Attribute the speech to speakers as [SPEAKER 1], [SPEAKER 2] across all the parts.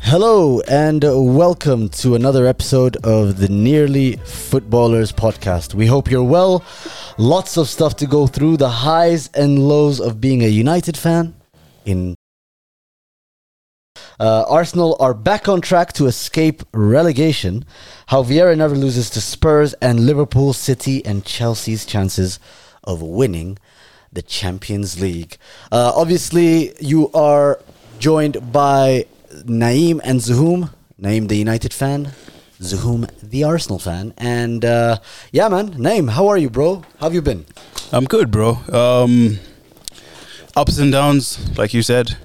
[SPEAKER 1] Hello and welcome to another episode of the Nearly Footballers podcast. We hope you're well. Lots of stuff to go through the highs and lows of being a United fan in uh, Arsenal are back on track to escape relegation. How Vieira never loses to Spurs and Liverpool, City, and Chelsea's chances of winning the Champions League. Uh, obviously, you are joined by Naeem and Zuhum. Naeem, the United fan. Zuhum, the Arsenal fan. And uh, yeah, man, Naeem, how are you, bro? How have you been?
[SPEAKER 2] I'm good, bro. Um, ups and downs, like you said.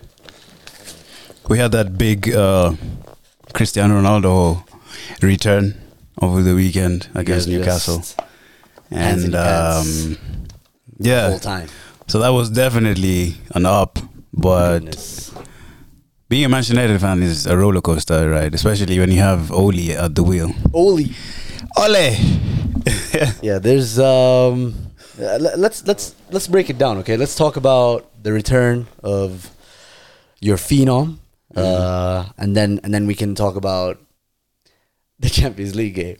[SPEAKER 2] We had that big uh, Cristiano Ronaldo return over the weekend
[SPEAKER 1] guys
[SPEAKER 2] against Newcastle,
[SPEAKER 1] just hands in
[SPEAKER 2] and
[SPEAKER 1] pants.
[SPEAKER 2] um, yeah,
[SPEAKER 1] Whole time.
[SPEAKER 2] so that was definitely an up. But
[SPEAKER 1] Goodness.
[SPEAKER 2] Uh, being a Manchester United fan is a roller coaster ride, especially when you have Oli at the wheel.
[SPEAKER 1] Oli.
[SPEAKER 2] Ole,
[SPEAKER 1] Yeah, there's um uh, le- let's let's let's break it down, okay? Let's talk about the return of your phenom uh
[SPEAKER 2] Mm-hmm.
[SPEAKER 1] and then and then we can talk about the Champions League game.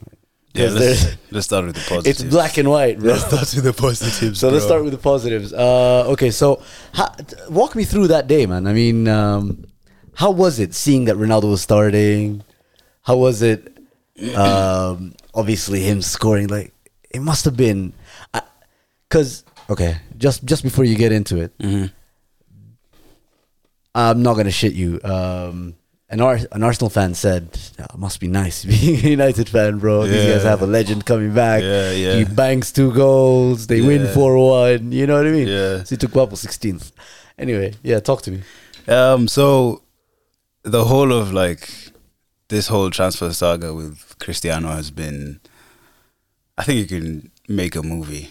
[SPEAKER 2] yeah.
[SPEAKER 1] 'Cause there-
[SPEAKER 2] Let's, let's start with the positives.
[SPEAKER 1] it's black and white, bro.
[SPEAKER 2] Let's start with the positives.
[SPEAKER 1] So let's
[SPEAKER 2] bro.
[SPEAKER 1] start with the positives. Uh, okay, so ha- t- walk me through that day, man. I mean, um, how was it seeing that Ronaldo was starting? How was it? Um, obviously, him scoring. Like it must have been, because okay, just just before you get into it,
[SPEAKER 2] Mm-hmm.
[SPEAKER 1] I'm not gonna shit you. Um, an, Ar- an Arsenal fan said, "Oh, it "Must be nice being a United fan, bro. These guys
[SPEAKER 2] Yeah.
[SPEAKER 1] have a legend coming back.
[SPEAKER 2] Yeah, yeah.
[SPEAKER 1] He bangs two goals. They win
[SPEAKER 2] Yeah.
[SPEAKER 1] four one. You know what I mean?
[SPEAKER 2] Yeah.
[SPEAKER 1] So he took Guapo sixteenth. Anyway, yeah, talk to me.
[SPEAKER 2] Um, so the whole of like this whole transfer saga with Cristiano has been, I think you can make a movie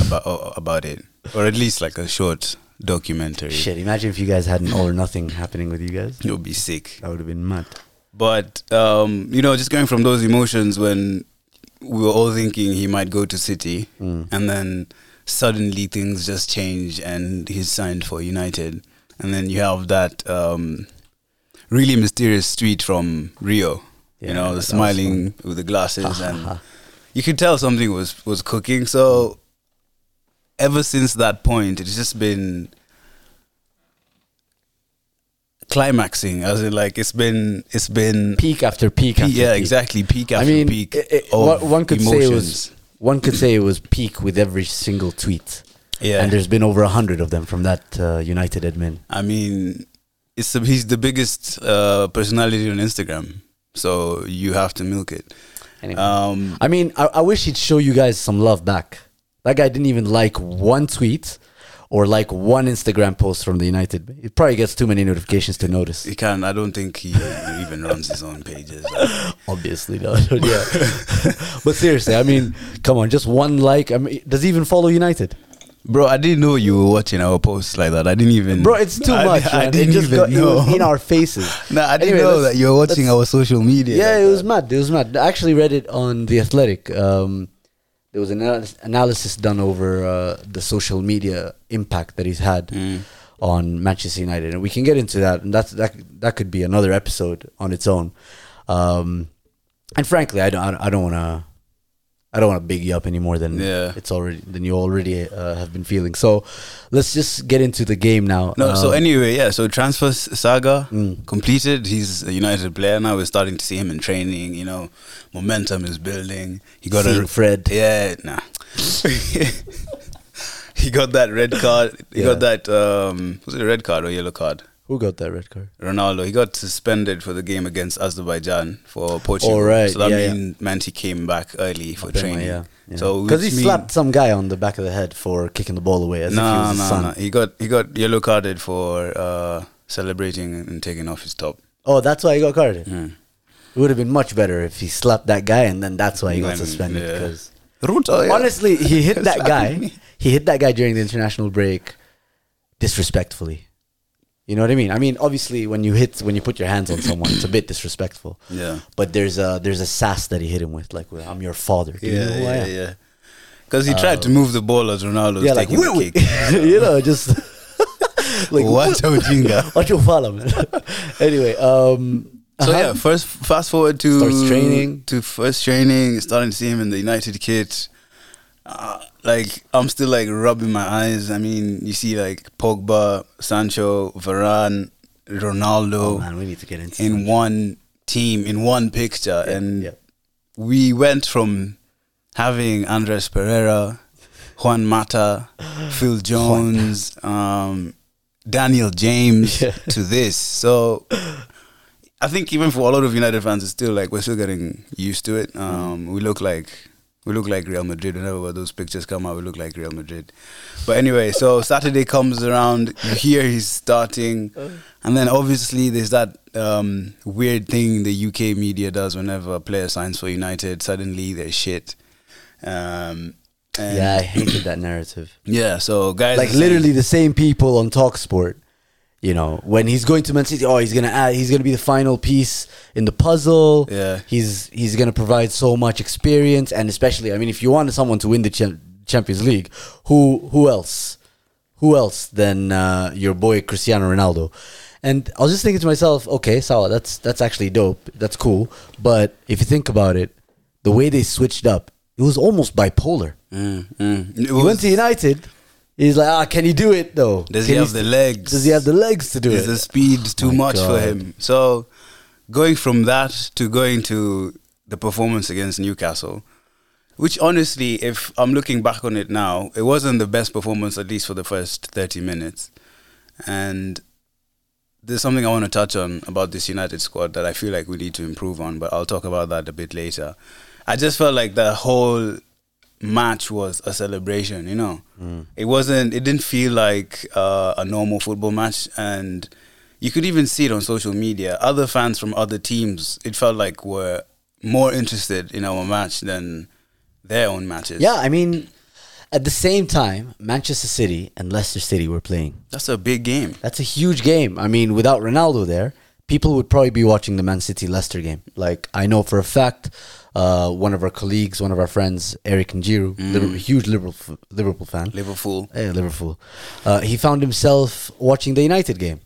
[SPEAKER 2] about o- about it, or at least like a short documentary.
[SPEAKER 1] Shit, imagine if you guys had an all or nothing happening with you guys.
[SPEAKER 2] It would be sick.
[SPEAKER 1] That would have been mad.
[SPEAKER 2] But um, you know, just going from those emotions when we were all thinking he might go to City,
[SPEAKER 1] Mm.
[SPEAKER 2] and then suddenly things just change, and he's signed for United, and then you have that um, really mysterious tweet from Rio.
[SPEAKER 1] Yeah,
[SPEAKER 2] you know,
[SPEAKER 1] that
[SPEAKER 2] the
[SPEAKER 1] was
[SPEAKER 2] smiling with the glasses, and you could tell something was was cooking. So ever since that point, it's just been climaxing as in like it's been it's been
[SPEAKER 1] Peak after peak.
[SPEAKER 2] Pe-
[SPEAKER 1] After
[SPEAKER 2] yeah,
[SPEAKER 1] peak.
[SPEAKER 2] exactly. Peak after
[SPEAKER 1] I mean,
[SPEAKER 2] peak.
[SPEAKER 1] it- it-
[SPEAKER 2] of
[SPEAKER 1] one, one could
[SPEAKER 2] emotions.
[SPEAKER 1] say it was one could say it was peak with every single tweet.
[SPEAKER 2] Yeah.
[SPEAKER 1] and there's been over a hundred of them from that uh, United admin.
[SPEAKER 2] I mean, it's the, he's the biggest uh, personality on Instagram, so you have to milk it.
[SPEAKER 1] Anyway.
[SPEAKER 2] Um,
[SPEAKER 1] I mean, I, I wish he'd show you guys some love back. That guy didn't even like one tweet or like one Instagram post from the United. He probably gets too many notifications to notice.
[SPEAKER 2] he can. I don't think he even runs his own pages.
[SPEAKER 1] Obviously, no. yeah. but seriously, I mean, come on, just one like. I mean, does he even follow United?
[SPEAKER 2] Bro, I didn't know you were watching our posts like that. I didn't even.
[SPEAKER 1] Bro, it's too
[SPEAKER 2] I,
[SPEAKER 1] much.
[SPEAKER 2] I,
[SPEAKER 1] man. It
[SPEAKER 2] didn't
[SPEAKER 1] just
[SPEAKER 2] even
[SPEAKER 1] got- it
[SPEAKER 2] know.
[SPEAKER 1] was in our faces.
[SPEAKER 2] nah, I didn't
[SPEAKER 1] Anyway,
[SPEAKER 2] know
[SPEAKER 1] let's-
[SPEAKER 2] that you were watching
[SPEAKER 1] let's-
[SPEAKER 2] our social media.
[SPEAKER 1] Yeah,
[SPEAKER 2] like
[SPEAKER 1] it was
[SPEAKER 2] that.
[SPEAKER 1] mad. It was mad. I actually read it on The Athletic. Um, there was an analy- analysis done over uh, the social media impact that he's had
[SPEAKER 2] Mm.
[SPEAKER 1] on Manchester United, and we can get into that. And that's that. That could be another episode on its own. Um, and frankly, I don't. I don't want to. I don't want to big you up any more than
[SPEAKER 2] Yeah.
[SPEAKER 1] it's already than you already uh, have been feeling. So, let's just get into the game now.
[SPEAKER 2] No, so
[SPEAKER 1] Um, Mm.
[SPEAKER 2] anyway, yeah, so transfer s- saga completed. He's a United player now. We're starting to see him in training. You know, momentum is building. He got
[SPEAKER 1] Seeing
[SPEAKER 2] a
[SPEAKER 1] Fred.
[SPEAKER 2] Yeah, nah. he got that red card. He got
[SPEAKER 1] Yeah.
[SPEAKER 2] that um, was it a red card or yellow card?
[SPEAKER 1] who got that red card?
[SPEAKER 2] Ronaldo. He got suspended for the game against Azerbaijan for Portugal.
[SPEAKER 1] All Oh, right,
[SPEAKER 2] So that
[SPEAKER 1] yeah, yeah.
[SPEAKER 2] means Manti came back early for
[SPEAKER 1] Benzema,
[SPEAKER 2] training.
[SPEAKER 1] Yeah, yeah.
[SPEAKER 2] So
[SPEAKER 1] because he
[SPEAKER 2] which mean-
[SPEAKER 1] slapped some guy on the back of the head for kicking the ball away as if he was his son.
[SPEAKER 2] He got he got yellow carded for uh, celebrating and taking off his top.
[SPEAKER 1] Oh, that's why he got carded.
[SPEAKER 2] Yeah.
[SPEAKER 1] It would have been much better if he slapped that guy and then that's why he got
[SPEAKER 2] And,
[SPEAKER 1] suspended.
[SPEAKER 2] yeah.
[SPEAKER 1] 'cause-
[SPEAKER 2] Ruta, yeah.
[SPEAKER 1] honestly, he hit that
[SPEAKER 2] Slapping
[SPEAKER 1] guy.
[SPEAKER 2] me.
[SPEAKER 1] He hit that guy during the international break disrespectfully. You know what I mean? I mean, obviously, when you hit, when you put your hands on someone, it's a bit disrespectful.
[SPEAKER 2] Yeah.
[SPEAKER 1] But there's a there's a sass that he hit him with, like "I'm your father." Do you know
[SPEAKER 2] Yeah,
[SPEAKER 1] who I
[SPEAKER 2] yeah,
[SPEAKER 1] am?"
[SPEAKER 2] yeah. Because he tried to move the ball as Ronaldo was
[SPEAKER 1] Uh, Yeah, like
[SPEAKER 2] taking
[SPEAKER 1] wait,
[SPEAKER 2] the
[SPEAKER 1] wait.
[SPEAKER 2] kick.
[SPEAKER 1] you know, just like
[SPEAKER 2] What a jinga.
[SPEAKER 1] Watch your follow, man. anyway, um,
[SPEAKER 2] So
[SPEAKER 1] Uh-huh.
[SPEAKER 2] yeah, first fast forward to
[SPEAKER 1] Starts training.
[SPEAKER 2] to first training, starting to see him in the United kit. Uh, like I'm still like rubbing my eyes. I mean, you see like Pogba, Sancho, Varane, Ronaldo
[SPEAKER 1] Oh, Man, we need to get into
[SPEAKER 2] in one team in one picture, and
[SPEAKER 1] yeah.
[SPEAKER 2] we went from having Andres Pereira, Juan Mata, Phil Jones, um, Daniel James
[SPEAKER 1] Yeah.
[SPEAKER 2] to this. So I think even for a lot of United fans, it's still like we're still getting used to
[SPEAKER 1] Mm.
[SPEAKER 2] it. Um, We look like we look like Real Madrid whenever those pictures come out. We look like Real Madrid. But anyway, so Saturday comes around. You hear he's starting,
[SPEAKER 1] Uh.
[SPEAKER 2] and then obviously there's that um, weird thing the UK media does whenever a player signs for United. Suddenly they're shit. Um, and
[SPEAKER 1] yeah, I hated that narrative.
[SPEAKER 2] yeah, so guys, are
[SPEAKER 1] Like
[SPEAKER 2] saying-
[SPEAKER 1] literally the same people on Talksport. You know, when he's going to Man City, oh, he's gonna add, he's gonna be the final piece in the puzzle.
[SPEAKER 2] Yeah.
[SPEAKER 1] he's he's gonna provide so much experience, and especially, I mean, if you wanted someone to win the champ- Champions League, who who else, who else than uh, your boy Cristiano Ronaldo? And I was just thinking to myself, okay, Sawa, that's that's actually dope, that's cool. But if you think about it, the way they switched up, it was almost bipolar.
[SPEAKER 2] Mm, mm. It
[SPEAKER 1] He
[SPEAKER 2] was-
[SPEAKER 1] went to United. He's like, ah, can he do it though?
[SPEAKER 2] Does
[SPEAKER 1] Can
[SPEAKER 2] he have the legs?
[SPEAKER 1] Does he have the legs to do
[SPEAKER 2] is
[SPEAKER 1] it?
[SPEAKER 2] the speed too
[SPEAKER 1] my
[SPEAKER 2] much for
[SPEAKER 1] God.
[SPEAKER 2] him? So going from that to going to the performance against Newcastle, which honestly, if I'm looking back on it now, it wasn't the best performance, at least for the first 30 minutes. And there's something I want to touch on about this United squad that I feel like we need to improve on, but I'll talk about that a bit later. I just felt like the whole match was a celebration, you know.
[SPEAKER 1] Mm.
[SPEAKER 2] It wasn't, it didn't feel like uh, a normal football match. And you could even see it on social media. Other fans from other teams, it felt like were more interested in our match than their own matches.
[SPEAKER 1] yeah, I mean, at the same time, Manchester City and Leicester City were playing.
[SPEAKER 2] That's a big game.
[SPEAKER 1] That's a huge game. I mean, without Ronaldo there, people would probably be watching the Man City Leicester game. Like I know for a fact, uh, one of our colleagues, one of our friends, Eric Njiru,
[SPEAKER 2] Mm.
[SPEAKER 1] Liverpool, huge Liverpool Liverpool fan,
[SPEAKER 2] Liverpool.
[SPEAKER 1] Yeah, Eh, Liverpool. Uh, he found himself watching the United game.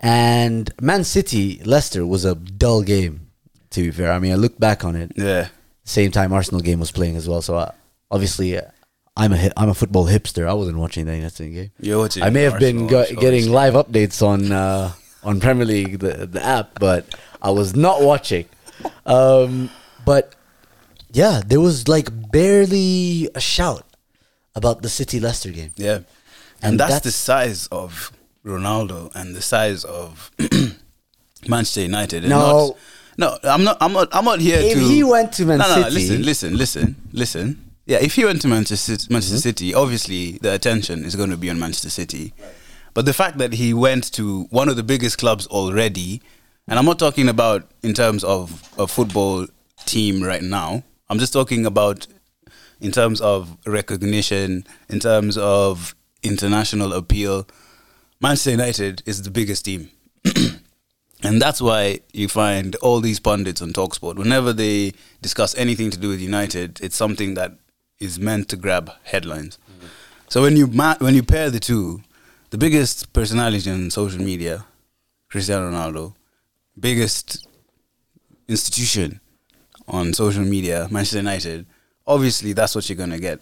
[SPEAKER 1] And Man City, Leicester was a dull game, to be fair. I mean, I look back on it.
[SPEAKER 2] Yeah.
[SPEAKER 1] Same time Arsenal game was playing as well. So I, obviously, uh, I'm a, hi- I'm a football hipster. I wasn't watching the United game.
[SPEAKER 2] You're watching
[SPEAKER 1] I may have been
[SPEAKER 2] Arsenal,
[SPEAKER 1] go-
[SPEAKER 2] obviously.
[SPEAKER 1] getting live updates on uh, on Premier League the, the app, but I was not watching. Um, but yeah, there was like barely a shout about the City Leicester game.
[SPEAKER 2] Yeah. And,
[SPEAKER 1] And
[SPEAKER 2] that's,
[SPEAKER 1] that's-
[SPEAKER 2] the size of Ronaldo and the size of Manchester United. and
[SPEAKER 1] No.
[SPEAKER 2] not- no, I'm not I'm not I'm not here
[SPEAKER 1] If
[SPEAKER 2] to
[SPEAKER 1] he went to Man
[SPEAKER 2] no, No,
[SPEAKER 1] City-
[SPEAKER 2] listen, listen, listen, listen. Yeah, if he went to Manchester City, Manchester
[SPEAKER 1] Mm-hmm.
[SPEAKER 2] City, obviously the attention is going to be on Manchester City. But the fact that he went to one of the biggest clubs already, and I'm not talking about in terms of a football team right now. I'm just talking about in terms of recognition, in terms of international appeal, Manchester United is the biggest team. and that's why you find all these pundits on Talksport, whenever they discuss anything to do with United, it's something that is meant to grab headlines.
[SPEAKER 1] Mm-hmm.
[SPEAKER 2] So when you, ma- when you pair the two, the biggest personality on social media, Cristiano Ronaldo, biggest institution on social media, Manchester United, obviously that's what you're going to get.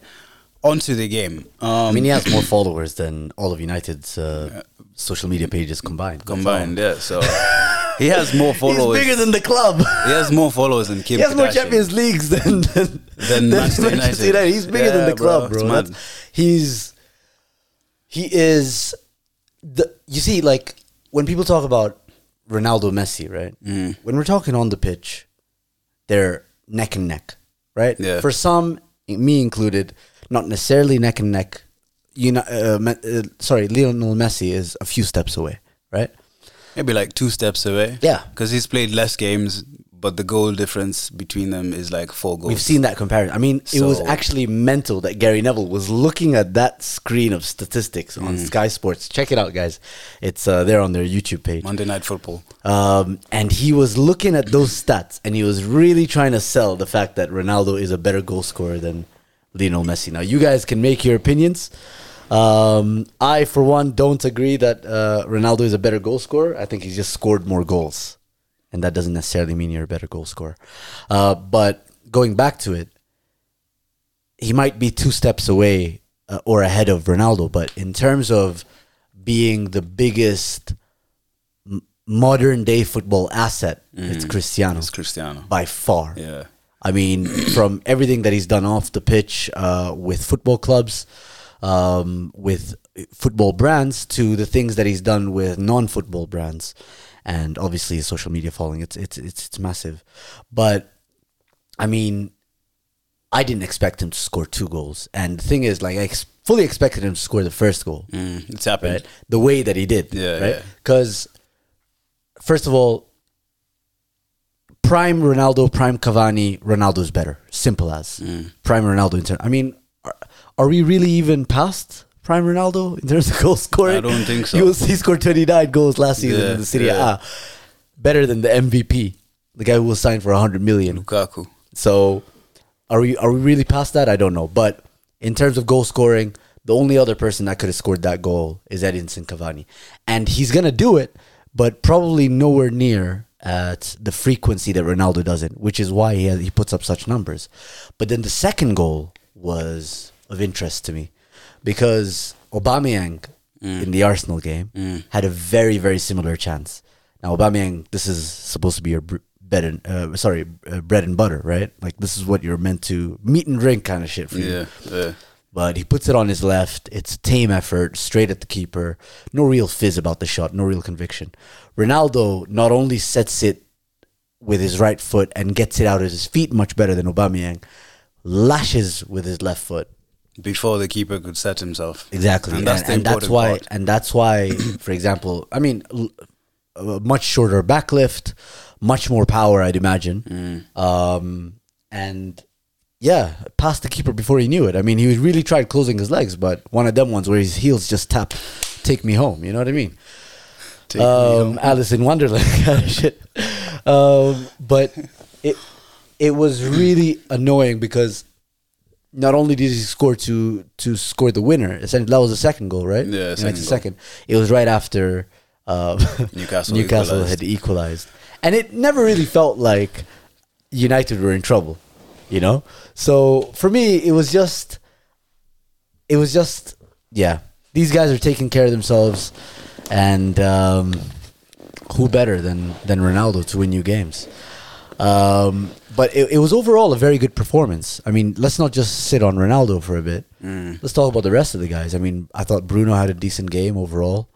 [SPEAKER 2] Onto the game. Um,
[SPEAKER 1] I mean, he has more followers than all of United's uh, social media pages combined.
[SPEAKER 2] combined, yeah. So he has more followers.
[SPEAKER 1] He's bigger than the club.
[SPEAKER 2] he has more followers than Kim
[SPEAKER 1] he has more
[SPEAKER 2] Kardashian.
[SPEAKER 1] Champions Leagues than than,
[SPEAKER 2] Than Manchester United.
[SPEAKER 1] He's bigger than
[SPEAKER 2] Yeah,
[SPEAKER 1] the club,
[SPEAKER 2] bro,
[SPEAKER 1] bro.
[SPEAKER 2] it's mad.
[SPEAKER 1] That's- He's he is the you see like when people talk about Ronaldo, Messi, right?
[SPEAKER 2] Mm.
[SPEAKER 1] When we're talking on the pitch, they're neck and neck, right?
[SPEAKER 2] Yeah.
[SPEAKER 1] For some, me included, not necessarily neck and neck. You know, uh, Me- uh, sorry, Lionel Messi is a few steps away, right?
[SPEAKER 2] Maybe like two steps away.
[SPEAKER 1] Yeah.
[SPEAKER 2] Because he's played less games, but the goal difference between them is like four goals.
[SPEAKER 1] We've seen that comparison. I mean, it was
[SPEAKER 2] So-
[SPEAKER 1] actually mental that Gary Neville was looking at that screen of statistics on Sky Sports. Check it out, guys. It's uh, there on their YouTube page.
[SPEAKER 2] Monday Night Football.
[SPEAKER 1] Um, and he was looking at those stats and he was really trying to sell the fact that Ronaldo is a better goal scorer than Lionel Messi. Now, you guys can make your opinions. Um, I, for one, don't agree that uh, Ronaldo is a better goal scorer. I think he's just scored more goals. and that doesn't necessarily mean you're a better goal scorer. Uh, but going back to it, he might be two steps away uh, or ahead of Ronaldo, but in terms of being the biggest m- modern day football asset, it's Cristiano
[SPEAKER 2] It's Cristiano.
[SPEAKER 1] by far.
[SPEAKER 2] Yeah.
[SPEAKER 1] I mean, from everything that he's done off the pitch uh, with football clubs, um, with football brands, to the things that he's done with non-football brands, and obviously his social media following. It's it's it's, it's massive, but I mean, I didn't expect him to score two goals. And the thing is, like, I ex- fully expected him to score the first goal
[SPEAKER 2] Mm, it's happened.
[SPEAKER 1] right? The way that he did,
[SPEAKER 2] Yeah,
[SPEAKER 1] right?
[SPEAKER 2] yeah.
[SPEAKER 1] Because first of all, prime Ronaldo, prime Cavani, Ronaldo's better. Simple as
[SPEAKER 2] Mm.
[SPEAKER 1] prime Ronaldo. In terms, I mean, are, are we really even past prime Ronaldo in terms of goal scoring?
[SPEAKER 2] I don't think so.
[SPEAKER 1] He, was, he scored twenty nine goals last season
[SPEAKER 2] Yeah,
[SPEAKER 1] in the Serie
[SPEAKER 2] yeah.
[SPEAKER 1] A, better than the MVP, the guy who was signed for hundred million.
[SPEAKER 2] Lukaku.
[SPEAKER 1] So are we are we really past that? I don't know. But in terms of goal scoring, the only other person that could have scored that goal is Edinson Cavani. And he's gonna do it, but probably nowhere near at the frequency that Ronaldo does it, which is why he has, he puts up such numbers. But then the second goal was of interest to me because Aubameyang in the Arsenal game had a very very similar chance. Now Aubameyang, this is supposed to be your br- bed and uh, sorry uh, bread and butter, right? Like this is what you're meant to meat and drink kind of shit for you.
[SPEAKER 2] Yeah. Yeah.
[SPEAKER 1] But he puts it on his left. It's a tame effort, straight at the keeper. No real fizz about the shot. No real conviction. Ronaldo not only sets it with his right foot and gets it out at his feet much better than Aubameyang, lashes with his left foot
[SPEAKER 2] Before the keeper could set himself.
[SPEAKER 1] Exactly, and and
[SPEAKER 2] And
[SPEAKER 1] that's,
[SPEAKER 2] that's the important
[SPEAKER 1] why,
[SPEAKER 2] part.
[SPEAKER 1] and that's why, for example, I mean, l- a much shorter backlift, much more power, I'd imagine,
[SPEAKER 2] Mm.
[SPEAKER 1] um, and yeah, past the keeper before he knew it. I mean, he was really tried closing his legs, but one of them ones where his heels just tapped, "Take me home," you know what I mean?
[SPEAKER 2] Take me
[SPEAKER 1] um, Alice in Wonderland kind of shit. Um, but it it was really annoying because not only did he score to to score the winner, essentially that was the second goal, right?
[SPEAKER 2] Yeah,
[SPEAKER 1] United
[SPEAKER 2] second goal.
[SPEAKER 1] second. It was right after um,
[SPEAKER 2] Newcastle
[SPEAKER 1] Newcastle
[SPEAKER 2] equalised.
[SPEAKER 1] had equalized, and it never really felt like United were in trouble, you know. So for me, it was just it was just yeah these guys are taking care of themselves and um, who better than than ronaldo to win you games um, but it, it was overall a very good performance i mean let's not just sit on ronaldo for a bit let's talk about the rest of the guys i mean i thought bruno had a decent game overall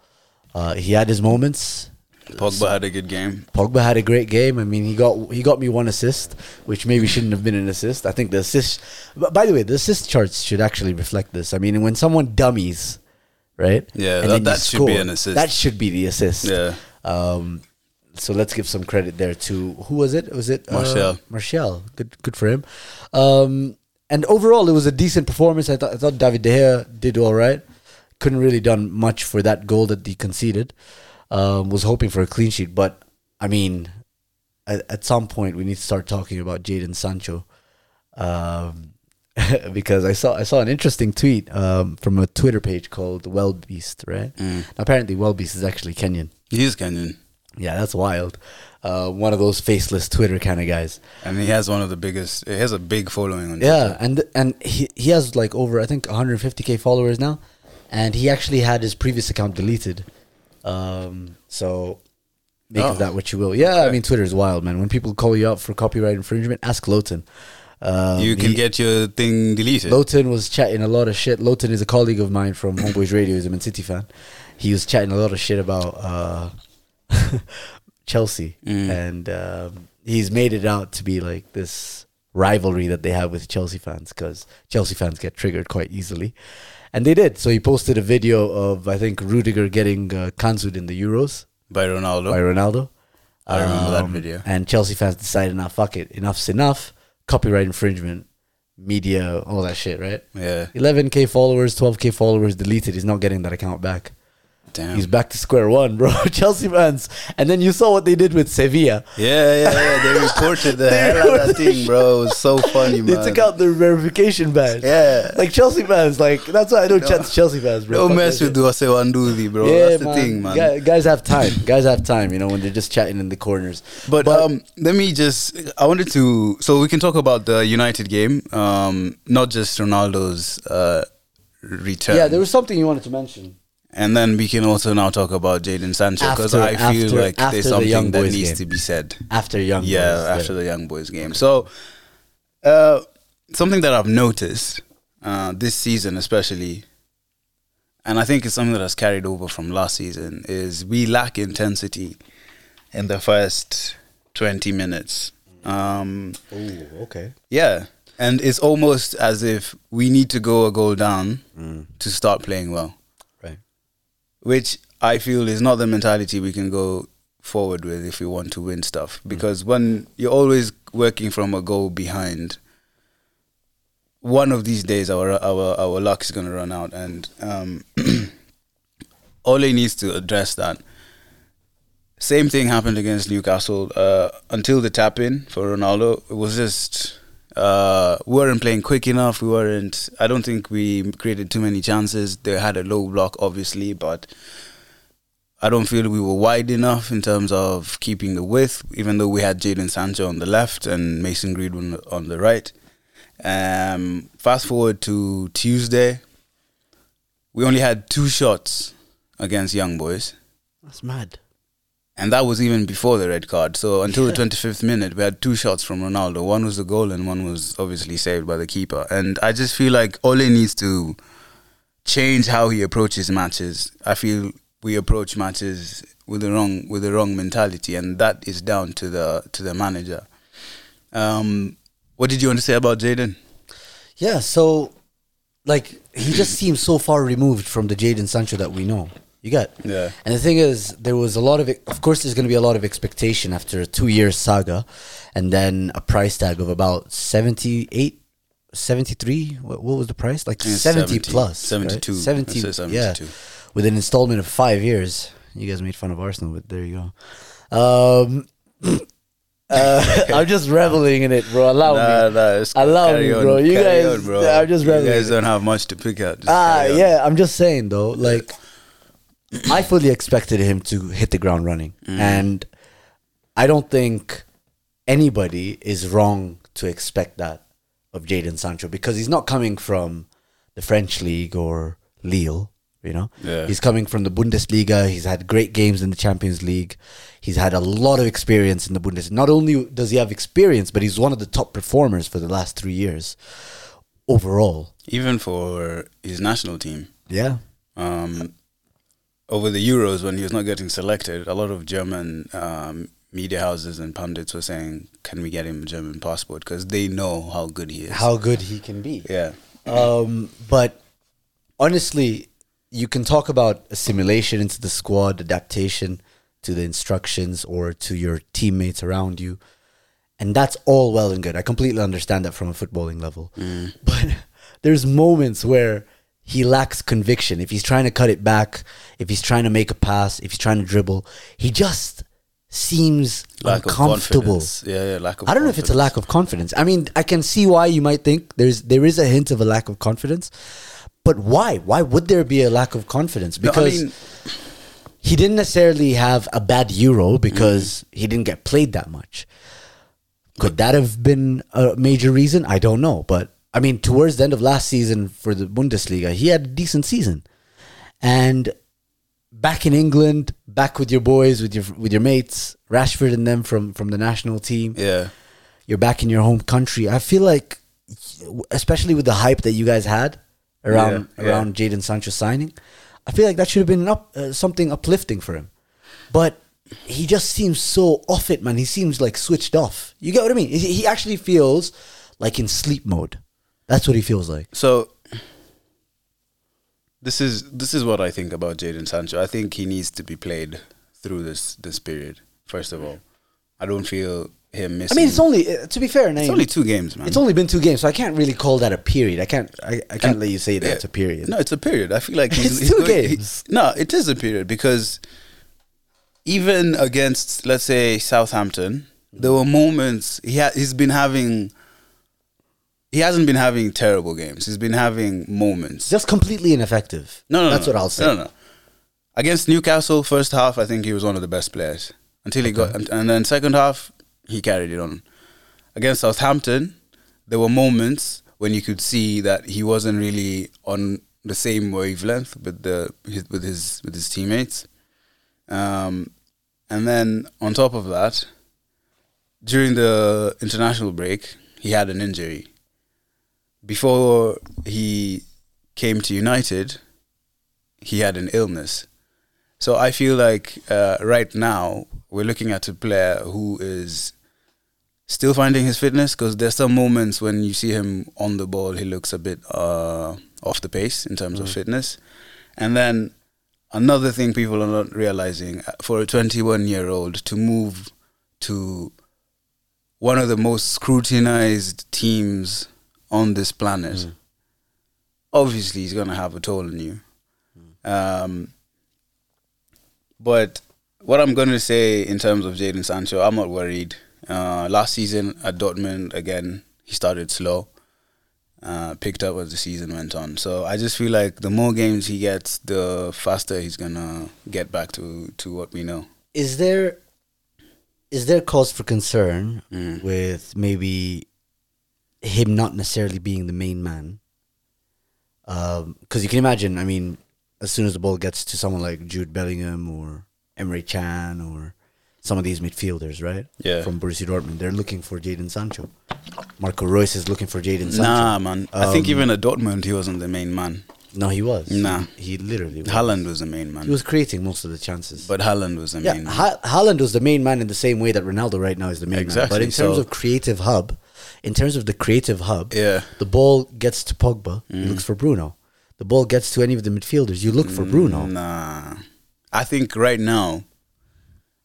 [SPEAKER 1] uh, he had his moments
[SPEAKER 2] Pogba had a good game.
[SPEAKER 1] Pogba had a great game. I mean, he got he got me one assist, which maybe shouldn't have been an assist. I think the assist. But by the way, the assist charts should actually reflect this. I mean, when someone dummies, right?
[SPEAKER 2] Yeah, that-
[SPEAKER 1] then you
[SPEAKER 2] that should be an assist.
[SPEAKER 1] That should be the assist.
[SPEAKER 2] Yeah.
[SPEAKER 1] Um, so let's give some credit there to who was it? Was it uh,
[SPEAKER 2] Martial.
[SPEAKER 1] Martial. Good, good for him. Um, and overall, it was a decent performance. I thought I thought David De Gea did all right. Couldn't really done much for that goal that he conceded. Um, was hoping for a clean sheet, but I mean, at, at some point we need to start talking about Jaden Sancho, um, because I saw I saw an interesting tweet um, from a Twitter page called Well Beast. Right? Apparently, Well Beast is actually Kenyan.
[SPEAKER 2] He's Kenyan.
[SPEAKER 1] Yeah, that's wild. Uh, one of those faceless Twitter kind of guys.
[SPEAKER 2] And he has one of the biggest, he has a big following on
[SPEAKER 1] Yeah, and and he he has like over I think 150k followers now, and he actually had his previous account deleted. Um, so make
[SPEAKER 2] Oh.
[SPEAKER 1] of that what you will. Yeah, I
[SPEAKER 2] Okay.
[SPEAKER 1] mean Twitter is wild, man. When people call you out for copyright infringement, ask Lowton. Um,
[SPEAKER 2] You can
[SPEAKER 1] he-
[SPEAKER 2] get your thing deleted.
[SPEAKER 1] Lowton was chatting a lot of shit. Lowton is a colleague of mine from Homeboys Radio. He's a Man City fan. He was chatting a lot of shit about uh, Chelsea,
[SPEAKER 2] Mm.
[SPEAKER 1] and um, he's made it out to be like this rivalry that they have with Chelsea fans because Chelsea fans get triggered quite easily, and they did. So he posted a video of I think Rudiger getting uh, cancelled in the Euros
[SPEAKER 2] by Ronaldo.
[SPEAKER 1] by Ronaldo. Um,
[SPEAKER 2] I remember that video.
[SPEAKER 1] And Chelsea fans decided, now fuck it, enough's enough. Copyright infringement, media, all that shit, right?
[SPEAKER 2] yeah.
[SPEAKER 1] 11k followers, 12k followers deleted. He's not getting that account back.
[SPEAKER 2] Damn.
[SPEAKER 1] He's back to square one, bro. Chelsea fans. And then you saw what they did with Sevilla.
[SPEAKER 2] Yeah, yeah, yeah. They reported the
[SPEAKER 1] They
[SPEAKER 2] hell out of
[SPEAKER 1] reported
[SPEAKER 2] that thing, bro. It was so funny,
[SPEAKER 1] They
[SPEAKER 2] man.
[SPEAKER 1] took out their verification badge.
[SPEAKER 2] Yeah.
[SPEAKER 1] Like Chelsea fans, like that's why I don't chat to Chelsea fans, bro.
[SPEAKER 2] Don't
[SPEAKER 1] Fuck
[SPEAKER 2] mess
[SPEAKER 1] that
[SPEAKER 2] with Duase Wanduzi, bro. That's the thing, man.
[SPEAKER 1] Guy- Guys have time. guys have time, you know, when they're just chatting in the corners.
[SPEAKER 2] But, um, let me just. I wanted to. So we can talk about the United game, um, not just Ronaldo's uh, return.
[SPEAKER 1] yeah, there was something you wanted to mention.
[SPEAKER 2] and then we can also now talk about Jaden Sancho because
[SPEAKER 1] After-
[SPEAKER 2] I feel
[SPEAKER 1] after-
[SPEAKER 2] like
[SPEAKER 1] after
[SPEAKER 2] there's
[SPEAKER 1] the
[SPEAKER 2] something
[SPEAKER 1] Young
[SPEAKER 2] that
[SPEAKER 1] Boys
[SPEAKER 2] needs
[SPEAKER 1] game.
[SPEAKER 2] to be said.
[SPEAKER 1] After young
[SPEAKER 2] yeah,
[SPEAKER 1] boys,
[SPEAKER 2] after the Young Boys game. So, uh, something that I've noticed uh, this season, especially, and I think it's something that has carried over from last season, is we lack intensity in the first 20 minutes. Um,
[SPEAKER 1] Ooh, okay.
[SPEAKER 2] yeah. And it's almost as if we need to go a goal down to start playing well
[SPEAKER 1] Right.
[SPEAKER 2] which I feel is not the mentality we can go forward with if we want to win stuff. Because when you're always working from a goal behind, one of these days our our our luck is going to run out, and um, Ole needs to address that. Same thing happened against Newcastle. Uh, until the tap in for Ronaldo, it was just uh, we weren't playing quick enough. We weren't. I don't think we created too many chances. They had a low block, obviously, but I don't feel we were wide enough in terms of keeping the width. Even though we had Jaden Sancho on the left and Mason Greenwood on the right. Um, fast forward to Tuesday, we only had two shots against Young Boys.
[SPEAKER 1] That's mad.
[SPEAKER 2] And that was even before the red card. So until the 25th minute, we had two shots from Ronaldo. One was a goal, and one was obviously saved by the keeper. And I just feel like Ole needs to change how he approaches matches. I feel we approach matches with the wrong with the wrong mentality, and that is down to the to the manager. Um, what did you want to say about Jaden?
[SPEAKER 1] Yeah, so like he just seems so far removed from the Jaden Sancho that we know. You get
[SPEAKER 2] Yeah.
[SPEAKER 1] And the thing is, there was a lot of, of course, there's going to be a lot of expectation after a two-year saga, and then a price tag of about 78, 73? What, what was the price? Like
[SPEAKER 2] Yeah,
[SPEAKER 1] 70,
[SPEAKER 2] 70,
[SPEAKER 1] plus,
[SPEAKER 2] 72.
[SPEAKER 1] right?
[SPEAKER 2] I'd
[SPEAKER 1] 70,
[SPEAKER 2] say
[SPEAKER 1] yeah,
[SPEAKER 2] 72.
[SPEAKER 1] with an installment of five years. You guys made fun of Arsenal, but there you go. Um, uh, I'm just reveling in it, bro. Allow me.
[SPEAKER 2] Nah, nah, it's
[SPEAKER 1] I love
[SPEAKER 2] carry
[SPEAKER 1] you,
[SPEAKER 2] on,
[SPEAKER 1] bro. You
[SPEAKER 2] carry
[SPEAKER 1] guys-
[SPEAKER 2] on, bro.
[SPEAKER 1] I'm just
[SPEAKER 2] you
[SPEAKER 1] rambling.
[SPEAKER 2] guys don't have much to pick out. Just
[SPEAKER 1] Ah,
[SPEAKER 2] carry on.
[SPEAKER 1] yeah. I'm just saying though, like I fully expected him to hit the ground running,
[SPEAKER 2] Mm.
[SPEAKER 1] and I don't think anybody is wrong to expect that of Jaden Sancho because he's not coming from the French league or Lille. You know,
[SPEAKER 2] Yeah.
[SPEAKER 1] he's coming from the Bundesliga. He's had great games in the Champions League. He's had a lot of experience in the Bundesliga. Not only does he have experience, but he's one of the top performers for the last three years overall.
[SPEAKER 2] Even for his national team.
[SPEAKER 1] Yeah,
[SPEAKER 2] um, over the Euros when he was not getting selected, a lot of German um, media houses and pundits were saying, "Can we get him a German passport?" Because they know how good he is.
[SPEAKER 1] how good he can be.
[SPEAKER 2] yeah,
[SPEAKER 1] Um, but honestly, you can talk about assimilation into the squad, adaptation to the instructions or to your teammates around you. And that's all well and good. I completely understand that from a footballing level.
[SPEAKER 2] Mm.
[SPEAKER 1] But there's moments where he lacks conviction. If he's trying to cut it back, if he's trying to make a pass, if he's trying to dribble, he just seems
[SPEAKER 2] lack of
[SPEAKER 1] uncomfortable.
[SPEAKER 2] confidence. Yeah, yeah, lack of.
[SPEAKER 1] I don't know if it's a lack of confidence. I mean, I can see why you might think there's there is a hint of a lack of confidence, but why? Why would there be a lack of confidence?
[SPEAKER 2] No, I
[SPEAKER 1] Because
[SPEAKER 2] mean-
[SPEAKER 1] he didn't necessarily have a bad Euro because
[SPEAKER 2] Mm-hmm.
[SPEAKER 1] he didn't get played that much. Could that have been a major reason? I don't know, but I mean, towards the end of last season for the Bundesliga, he had a decent season, and back in England, back with your boys, with your with your mates, Rashford and them from from the national team
[SPEAKER 2] Yeah,
[SPEAKER 1] you're back in your home country. I feel like, especially with the hype that you guys had around
[SPEAKER 2] Yeah, yeah.
[SPEAKER 1] around Jaden Sancho signing, I feel like that should have been an up, uh, something uplifting for him. But he just seems so off it, man. He seems like switched off. You get what I mean? He, he actually feels like in sleep mode. That's what he feels like.
[SPEAKER 2] So this is this is what I think about Jaden Sancho. I think he needs to be played through this this period. First of all, I don't feel him
[SPEAKER 1] I
[SPEAKER 2] missing.
[SPEAKER 1] mean, it's only uh, to be fair.
[SPEAKER 2] It's
[SPEAKER 1] Naeem,
[SPEAKER 2] only two games, man.
[SPEAKER 1] It's only been two games, so I can't really call that a period. I can't. I, I can't let you say that's a period.
[SPEAKER 2] No, it's a period. I feel like he's,
[SPEAKER 1] It's
[SPEAKER 2] he's
[SPEAKER 1] two
[SPEAKER 2] going- he-
[SPEAKER 1] games.
[SPEAKER 2] no, it is a period because even against, let's say, Southampton, there were moments he ha- he's been having. He hasn't been having terrible games. He's been having moments.
[SPEAKER 1] Just completely ineffective.
[SPEAKER 2] No, no,
[SPEAKER 1] that's
[SPEAKER 2] no.
[SPEAKER 1] what I'll say.
[SPEAKER 2] No, no. Against Newcastle, first half, I think he was one of the best players until he got, and, and then second half, he carried it on. Against Southampton, there were moments when you could see that he wasn't really on the same wavelength with the his, with his with his teammates. Um, and then on top of that, during the international break, he had an injury. Before he came to United, he had an illness. So I feel like uh, right now we're looking at a player who is still finding his fitness because there's some moments when you see him on the ball, he looks a bit uh, off the pace in terms of fitness. And then another thing people are not realizing uh, for a 21 year old to move to one of the most scrutinized teams on this planet, obviously he's going to have a toll on you. Um, but what I'm going to say in terms of Jaden Sancho, I'm not worried. Uh, last season at Dortmund, again, he started slow, uh, picked up as the season went on. So I just feel like the more games he gets, the faster he's going to get back to, to what we know.
[SPEAKER 1] Is there is there cause for concern
[SPEAKER 2] Mm.
[SPEAKER 1] with maybe him not necessarily being the main man? Because you can imagine. I mean, as soon as the ball gets to someone like Jude Bellingham or Emre Chan or some of these midfielders, right?
[SPEAKER 2] Yeah.
[SPEAKER 1] From Borussia Dortmund, they're looking for Jaden Sancho. Marco Royce is looking for Jaden Sancho. Um,
[SPEAKER 2] Nah, man. I think even at Dortmund, he wasn't the main man.
[SPEAKER 1] No, he was.
[SPEAKER 2] Nah.
[SPEAKER 1] He, he literally was.
[SPEAKER 2] Haaland was the main
[SPEAKER 1] He
[SPEAKER 2] man.
[SPEAKER 1] was creating most of the chances.
[SPEAKER 2] But Haaland was the
[SPEAKER 1] yeah,
[SPEAKER 2] main man.
[SPEAKER 1] ha- Haaland was the main man in the same way that Ronaldo right now is the main man. But
[SPEAKER 2] Exactly,
[SPEAKER 1] in terms
[SPEAKER 2] so-
[SPEAKER 1] of creative hub, in terms of the creative hub,
[SPEAKER 2] Yeah. Mm.
[SPEAKER 1] the ball gets to Pogba, he looks for Bruno. The ball gets to any of the midfielders, you look for Bruno.
[SPEAKER 2] Mm, Nah. I think right now,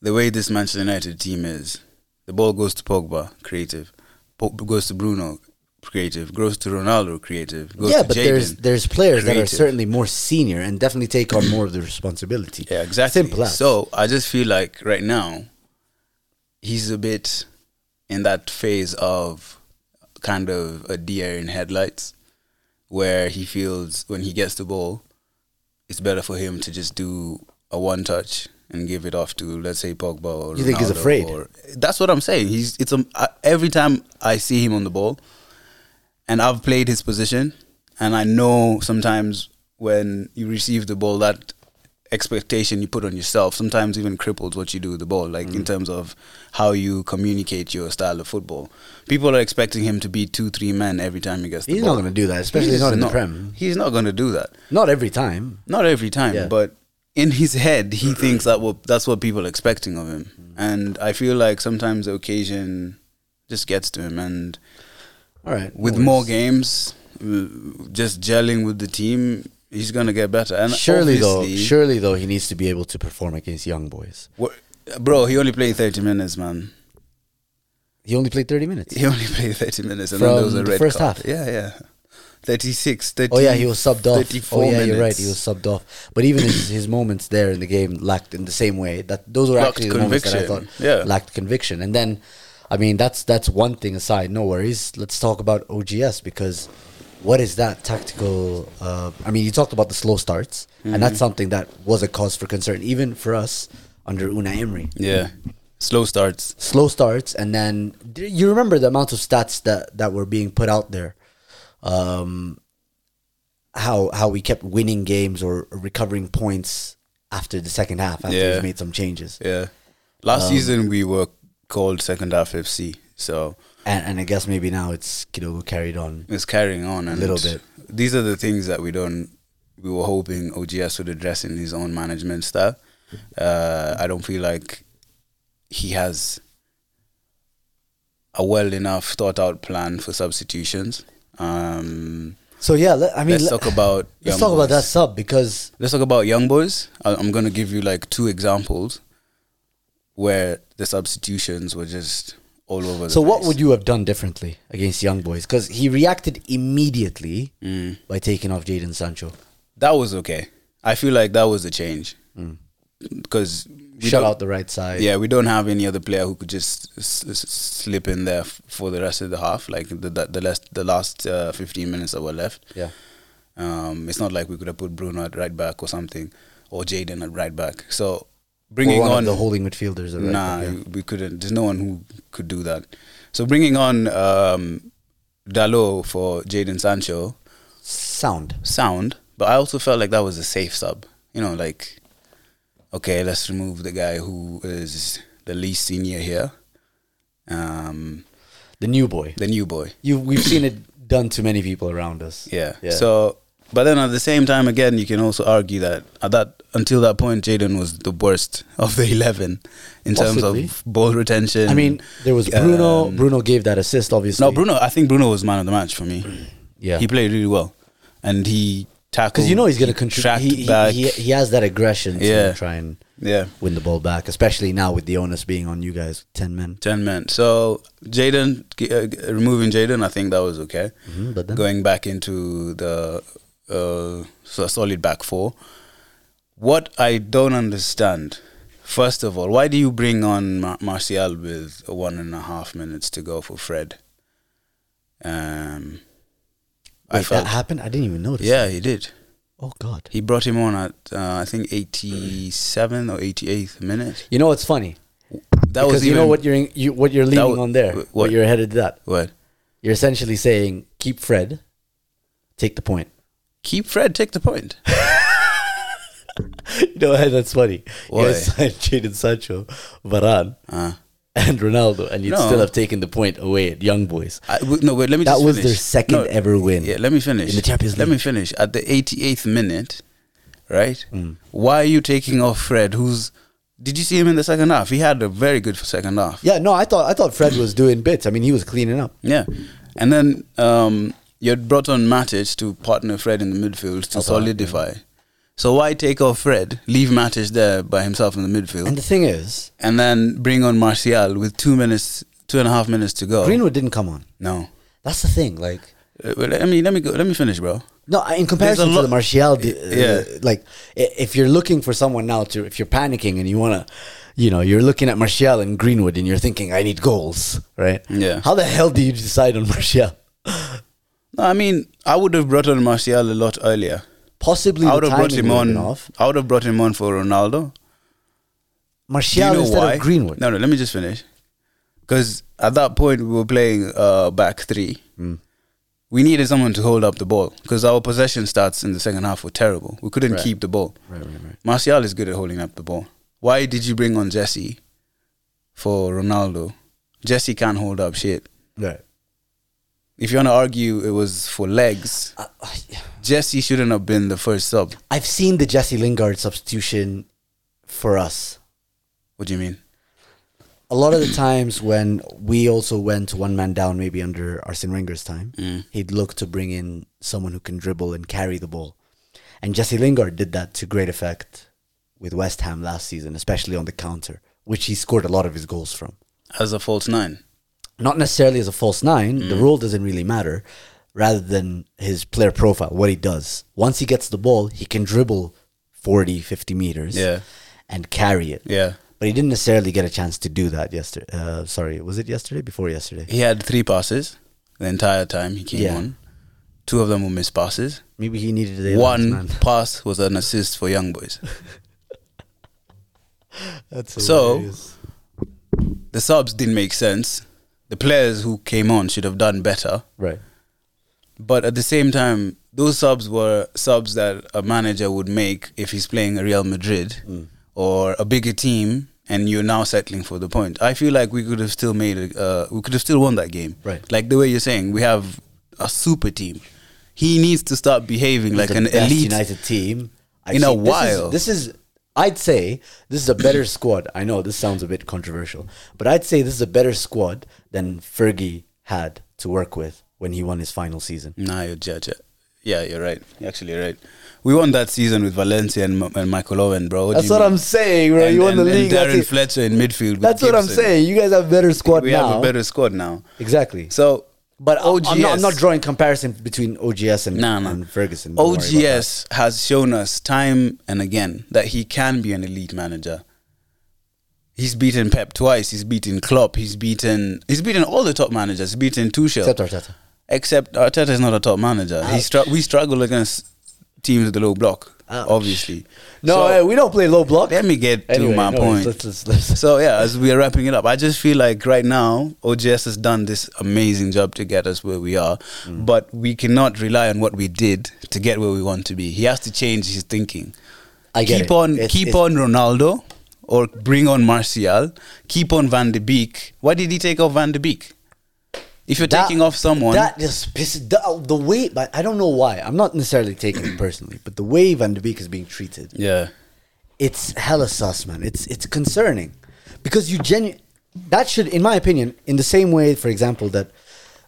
[SPEAKER 2] the way this Manchester United team is, the ball goes to Pogba, creative. Po- goes to Bruno, creative. Goes to Ronaldo, creative. Goes
[SPEAKER 1] yeah,
[SPEAKER 2] to
[SPEAKER 1] but
[SPEAKER 2] Jadon.
[SPEAKER 1] there's there's players that are
[SPEAKER 2] creative.
[SPEAKER 1] certainly more senior and definitely take on more of the responsibility.
[SPEAKER 2] Yeah, exactly.
[SPEAKER 1] Simple as.
[SPEAKER 2] So I just feel like right now, he's a bit in that phase of kind of a deer in headlights, where he feels when he gets the ball, it's better for him to just do a one touch and give it off to let's say Pogba or
[SPEAKER 1] You think he's
[SPEAKER 2] Ronaldo
[SPEAKER 1] afraid?
[SPEAKER 2] Or, that's what I'm saying. He's it's um, I, every time I see him on the ball, and I've played his position, and I know sometimes when you receive the ball, that expectation you put on yourself sometimes even cripples what you do with the ball, like
[SPEAKER 1] Mm.
[SPEAKER 2] in terms of how you communicate your style of football. People are expecting him to be two, three men every time he gets the
[SPEAKER 1] He's
[SPEAKER 2] ball.
[SPEAKER 1] not going to do that, especially
[SPEAKER 2] He's
[SPEAKER 1] not in
[SPEAKER 2] not-
[SPEAKER 1] the Prem.
[SPEAKER 2] He's not going to do that.
[SPEAKER 1] Not every time.
[SPEAKER 2] Not every time,
[SPEAKER 1] Yeah.
[SPEAKER 2] but in his head, he thinks that what that's what people are expecting of him.
[SPEAKER 1] Mm.
[SPEAKER 2] And I feel like sometimes the occasion just gets to him and
[SPEAKER 1] All right.
[SPEAKER 2] with
[SPEAKER 1] no
[SPEAKER 2] more
[SPEAKER 1] worries.
[SPEAKER 2] games, uh, just gelling with the team, he's gonna get better. And
[SPEAKER 1] Surely though,
[SPEAKER 2] obviously-
[SPEAKER 1] surely though, he needs to be able to perform against young boys.
[SPEAKER 2] Wha- bro, he only played thirty minutes, man.
[SPEAKER 1] He only played thirty minutes.
[SPEAKER 2] He only played thirty minutes, and
[SPEAKER 1] From
[SPEAKER 2] then there was a
[SPEAKER 1] the
[SPEAKER 2] red
[SPEAKER 1] first
[SPEAKER 2] card.
[SPEAKER 1] half?
[SPEAKER 2] Yeah, yeah. 36,
[SPEAKER 1] Oh yeah, he was subbed off.
[SPEAKER 2] 34
[SPEAKER 1] Oh yeah,
[SPEAKER 2] minutes.
[SPEAKER 1] you're right. He was subbed off. But even his, his moments there in the game lacked in the same way. That those were
[SPEAKER 2] Lacked
[SPEAKER 1] actually the moments that I thought
[SPEAKER 2] conviction. Yeah.
[SPEAKER 1] lacked conviction. And then, I mean, that's that's one thing aside. No worries. Let's talk about OGS because what is that tactical? Uh, I mean, you talked about the slow starts, and
[SPEAKER 2] Mm-hmm.
[SPEAKER 1] that's something that was a cause for concern even for us under Una Emery.
[SPEAKER 2] Yeah, slow starts.
[SPEAKER 1] slow starts and then do you remember the amount of stats that that were being put out there um how how we kept winning games or recovering points after the second half after
[SPEAKER 2] Yeah.
[SPEAKER 1] we've made some changes
[SPEAKER 2] Yeah,
[SPEAKER 1] Um,
[SPEAKER 2] last season we were called second half FC, so
[SPEAKER 1] and and i guess maybe now it's Kidogo carried on
[SPEAKER 2] it's carrying on and
[SPEAKER 1] little bit.
[SPEAKER 2] These are the things that we don't. We were hoping OGS would address in his own management style. Uh, I don't feel like he has a well enough thought out plan for substitutions. Um,
[SPEAKER 1] so yeah let, i mean
[SPEAKER 2] let's
[SPEAKER 1] let-
[SPEAKER 2] talk about.
[SPEAKER 1] let's
[SPEAKER 2] young
[SPEAKER 1] talk about
[SPEAKER 2] boys.
[SPEAKER 1] that sub because
[SPEAKER 2] Let's talk about young boys. I- I'm going to give you like two examples where the substitutions were just all over the
[SPEAKER 1] So what
[SPEAKER 2] place.
[SPEAKER 1] would you have done differently against Young Boys? Because he reacted immediately
[SPEAKER 2] Mm.
[SPEAKER 1] by taking off Jaden Sancho.
[SPEAKER 2] that was okay. I feel like that was a change because we
[SPEAKER 1] Shut
[SPEAKER 2] don't-
[SPEAKER 1] Mm. out the right side.
[SPEAKER 2] Yeah, we don't have any other player who could just s- s- slip in there f- for the rest of the half, like the the, the last the last uh, fifteen minutes that were left.
[SPEAKER 1] Yeah.
[SPEAKER 2] Um, it's not like we could have put Bruno at right back or something, or Jaden at right back. So bringing
[SPEAKER 1] Or one
[SPEAKER 2] on
[SPEAKER 1] of the holding midfielders. at right
[SPEAKER 2] nah,
[SPEAKER 1] back, yeah.
[SPEAKER 2] we couldn't. There's no one who could do that. So bringing on um, Dalot for Jaden Sancho
[SPEAKER 1] Sound.
[SPEAKER 2] sound, but I also felt like that was a safe sub. You know, like okay, let's remove the guy who is the least senior here, um,
[SPEAKER 1] The new boy.
[SPEAKER 2] the new boy.
[SPEAKER 1] You. We've seen it done to many people around us.
[SPEAKER 2] Yeah.
[SPEAKER 1] Yeah.
[SPEAKER 2] So, but then at the same time, again, you can also argue that at that until that point, Jaden was the worst of the eleven in
[SPEAKER 1] Possibly.
[SPEAKER 2] terms of ball retention.
[SPEAKER 1] I mean, there was Bruno.
[SPEAKER 2] um,
[SPEAKER 1] Bruno gave that assist, obviously.
[SPEAKER 2] No, Bruno. I think Bruno was man of the match for me.
[SPEAKER 1] Yeah.
[SPEAKER 2] he played really well, and he tackled
[SPEAKER 1] Because you know he's going to
[SPEAKER 2] tracked
[SPEAKER 1] contribute. He,
[SPEAKER 2] back.
[SPEAKER 1] he, he, he has that aggression to
[SPEAKER 2] Yeah.
[SPEAKER 1] try and
[SPEAKER 2] yeah,
[SPEAKER 1] win the ball back, especially now with the onus being on you guys, ten men.
[SPEAKER 2] ten men. So Jaden uh, removing Jaden, I think that was okay.
[SPEAKER 1] Mhm, but then-
[SPEAKER 2] going back into the uh, so solid back four. What I don't understand, first of all, why do you bring on Mar- Martial with one and a half minutes to go for Fred? Um, I
[SPEAKER 1] Wait, that
[SPEAKER 2] felt
[SPEAKER 1] happened. I didn't even notice.
[SPEAKER 2] yeah, he did.
[SPEAKER 1] Oh God.
[SPEAKER 2] He brought him on at uh, I think 87 or 88th minute.
[SPEAKER 1] You know what's funny?
[SPEAKER 2] That
[SPEAKER 1] because
[SPEAKER 2] was
[SPEAKER 1] you
[SPEAKER 2] even
[SPEAKER 1] know what you're in- you, what you're leaning
[SPEAKER 2] wa-
[SPEAKER 1] on there.
[SPEAKER 2] wh-
[SPEAKER 1] What
[SPEAKER 2] what?
[SPEAKER 1] you're headed to that.
[SPEAKER 2] what
[SPEAKER 1] You're essentially saying keep Fred, take the point.
[SPEAKER 2] keep Fred take the point.
[SPEAKER 1] you know hey, that's funny. You
[SPEAKER 2] Why?
[SPEAKER 1] guys signed Jadon Sancho, Varane,
[SPEAKER 2] Uh,
[SPEAKER 1] and Ronaldo, and you'd
[SPEAKER 2] No.
[SPEAKER 1] still have taken the point away at Young Boys.
[SPEAKER 2] I, w- no wait, let me.
[SPEAKER 1] That
[SPEAKER 2] just
[SPEAKER 1] was
[SPEAKER 2] finish.
[SPEAKER 1] their second
[SPEAKER 2] No,
[SPEAKER 1] ever win.
[SPEAKER 2] Yeah, let me finish.
[SPEAKER 1] In the Champions
[SPEAKER 2] Let
[SPEAKER 1] League.
[SPEAKER 2] me finish. At the 88th minute, right?
[SPEAKER 1] Mm.
[SPEAKER 2] Why are you taking off Fred, who's. Did you see him in the second half? He had a very good second half.
[SPEAKER 1] Yeah, no, I thought I thought Fred was doing bits. I mean, he was cleaning up.
[SPEAKER 2] Yeah. And then um, you had brought on Matic to partner Fred in the midfield to solidify. So why take off Fred, leave Matic there by himself in the midfield,
[SPEAKER 1] And
[SPEAKER 2] and,
[SPEAKER 1] the thing is,
[SPEAKER 2] then bring on Martial with two minutes, two and a half minutes to go?
[SPEAKER 1] Greenwood didn't come on.
[SPEAKER 2] no.
[SPEAKER 1] That's the thing. Like,
[SPEAKER 2] Uh, well, I mean, let me go. Let me finish, bro.
[SPEAKER 1] no, I- in comparison
[SPEAKER 2] lot-
[SPEAKER 1] to the Martial, de- uh,
[SPEAKER 2] Yeah.
[SPEAKER 1] Like, i- if you're looking for someone now to, if you're panicking and you wanna, you know, you're looking at Martial and Greenwood and you're thinking, I need goals, right?
[SPEAKER 2] Yeah.
[SPEAKER 1] How the hell do you decide on Martial?
[SPEAKER 2] No, I mean, I would have brought on Martial a lot earlier.
[SPEAKER 1] Possibly
[SPEAKER 2] I
[SPEAKER 1] the
[SPEAKER 2] would have brought
[SPEAKER 1] timing
[SPEAKER 2] him
[SPEAKER 1] would have been
[SPEAKER 2] on.
[SPEAKER 1] off.
[SPEAKER 2] I would have brought him on for Ronaldo. Do
[SPEAKER 1] Martial
[SPEAKER 2] you know
[SPEAKER 1] instead
[SPEAKER 2] why?
[SPEAKER 1] of Greenwood.
[SPEAKER 2] No, no. Let me just finish. Because at that point we were playing uh, back three.
[SPEAKER 1] Hmm.
[SPEAKER 2] We needed someone to hold up the ball because our possession stats in the second half were terrible. We couldn't
[SPEAKER 1] Right.
[SPEAKER 2] keep the ball.
[SPEAKER 1] Right, right, right.
[SPEAKER 2] Martial is good at holding up the ball. Why did you bring on Jesse for Ronaldo? Jesse can't hold up shit.
[SPEAKER 1] Right.
[SPEAKER 2] If you want to argue it was for legs,
[SPEAKER 1] Uh,
[SPEAKER 2] Jesse shouldn't have been the first sub.
[SPEAKER 1] I've seen the Jesse Lingard substitution for us.
[SPEAKER 2] What do you mean?
[SPEAKER 1] a lot of the times when we also went one man down, maybe under Arsene Wenger's time, he'd look to bring in someone who can dribble and carry the ball. And Jesse Lingard did that to great effect with West Ham last season, especially on the counter, which he scored a lot of his goals from.
[SPEAKER 2] As a false nine.
[SPEAKER 1] Not necessarily as a false nine, the
[SPEAKER 2] Mm.
[SPEAKER 1] role doesn't really matter, rather than his player profile, what he does. Once he gets the ball, he can dribble 40, 50 meters
[SPEAKER 2] Yeah.
[SPEAKER 1] and carry it
[SPEAKER 2] Yeah.
[SPEAKER 1] but he didn't necessarily get a chance to do that yesterday. Uh, sorry, was it yesterday? Before yesterday?
[SPEAKER 2] He had three passes the entire time he came
[SPEAKER 1] Yeah.
[SPEAKER 2] on. Two of them were missed passes.
[SPEAKER 1] Maybe he needed the
[SPEAKER 2] One
[SPEAKER 1] last man.
[SPEAKER 2] pass was an assist for Young Boys.
[SPEAKER 1] That's
[SPEAKER 2] So- The subs didn't make sense. The players who came on should have done better.
[SPEAKER 1] right,
[SPEAKER 2] But at the same time, those subs were subs that a manager would make if he's playing Real Madrid
[SPEAKER 1] Hmm.
[SPEAKER 2] or a bigger team and you're now settling for the point. I feel like we could have still made a, uh, we could have still won that game.
[SPEAKER 1] Right.
[SPEAKER 2] Like the way you're saying, we have a super team. He needs to start behaving like
[SPEAKER 1] the
[SPEAKER 2] an
[SPEAKER 1] best
[SPEAKER 2] elite
[SPEAKER 1] United team I've
[SPEAKER 2] in a
[SPEAKER 1] seen. This is-
[SPEAKER 2] while.
[SPEAKER 1] This is, I'd say, this is a better squad. I know this sounds a bit controversial, but I'd say this is a better squad than Fergie had to work with when he won his final season.
[SPEAKER 2] Nah, you're judge. Yeah, you're right. You're actually right. We won that season with Valencia and, Ma- and Michael Owen, bro. What do
[SPEAKER 1] That's
[SPEAKER 2] you
[SPEAKER 1] what
[SPEAKER 2] mean?
[SPEAKER 1] I'm saying, bro.
[SPEAKER 2] And,
[SPEAKER 1] you won the
[SPEAKER 2] and- and
[SPEAKER 1] league.
[SPEAKER 2] Darren
[SPEAKER 1] That's, it.
[SPEAKER 2] Fletcher in midfield. with
[SPEAKER 1] That's what I'm
[SPEAKER 2] Gibson.
[SPEAKER 1] saying. You guys have better squad
[SPEAKER 2] We
[SPEAKER 1] now.
[SPEAKER 2] have a better squad now.
[SPEAKER 1] exactly.
[SPEAKER 2] So,
[SPEAKER 1] But I- I'm, not, I'm
[SPEAKER 2] OGS.
[SPEAKER 1] not drawing comparison between OGS and,
[SPEAKER 2] nah, nah.
[SPEAKER 1] and Ferguson. Don't worry about that.
[SPEAKER 2] OGS has shown us time and again that he can be an elite manager. He's beaten Pep twice. He's beaten Klopp. He's beaten. He's beaten all the top managers. He's beaten Tuchel.
[SPEAKER 1] Except Arteta.
[SPEAKER 2] Except Arteta is not a top manager. He str- we struggle against teams with a low block,
[SPEAKER 1] Ouch.
[SPEAKER 2] obviously.
[SPEAKER 1] No,
[SPEAKER 2] So-
[SPEAKER 1] hey, we don't play low block.
[SPEAKER 2] Let me get
[SPEAKER 1] Anyway,
[SPEAKER 2] to my
[SPEAKER 1] no,
[SPEAKER 2] point.
[SPEAKER 1] let's- let's- let's-
[SPEAKER 2] So yeah, as we are wrapping it up, I just feel like right now OGS has done this amazing job to get us where we are,
[SPEAKER 1] Mm.
[SPEAKER 2] but we cannot rely on what we did to get where we want to be. He has to change his thinking.
[SPEAKER 1] I get
[SPEAKER 2] keep
[SPEAKER 1] it.
[SPEAKER 2] on
[SPEAKER 1] It's-
[SPEAKER 2] keep
[SPEAKER 1] it's-
[SPEAKER 2] on Ronaldo or bring on Martial. Keep on Van de Beek. Why did he take off Van de Beek? If you're
[SPEAKER 1] That-
[SPEAKER 2] taking off someone,
[SPEAKER 1] That just pisses the, uh, the way. But I don't know why. I'm not necessarily taking it personally, but the way Van de Beek is being treated,
[SPEAKER 2] yeah,
[SPEAKER 1] it's hella sus, man. It's it's concerning because you genu- that should, in my opinion, in the same way, for example, that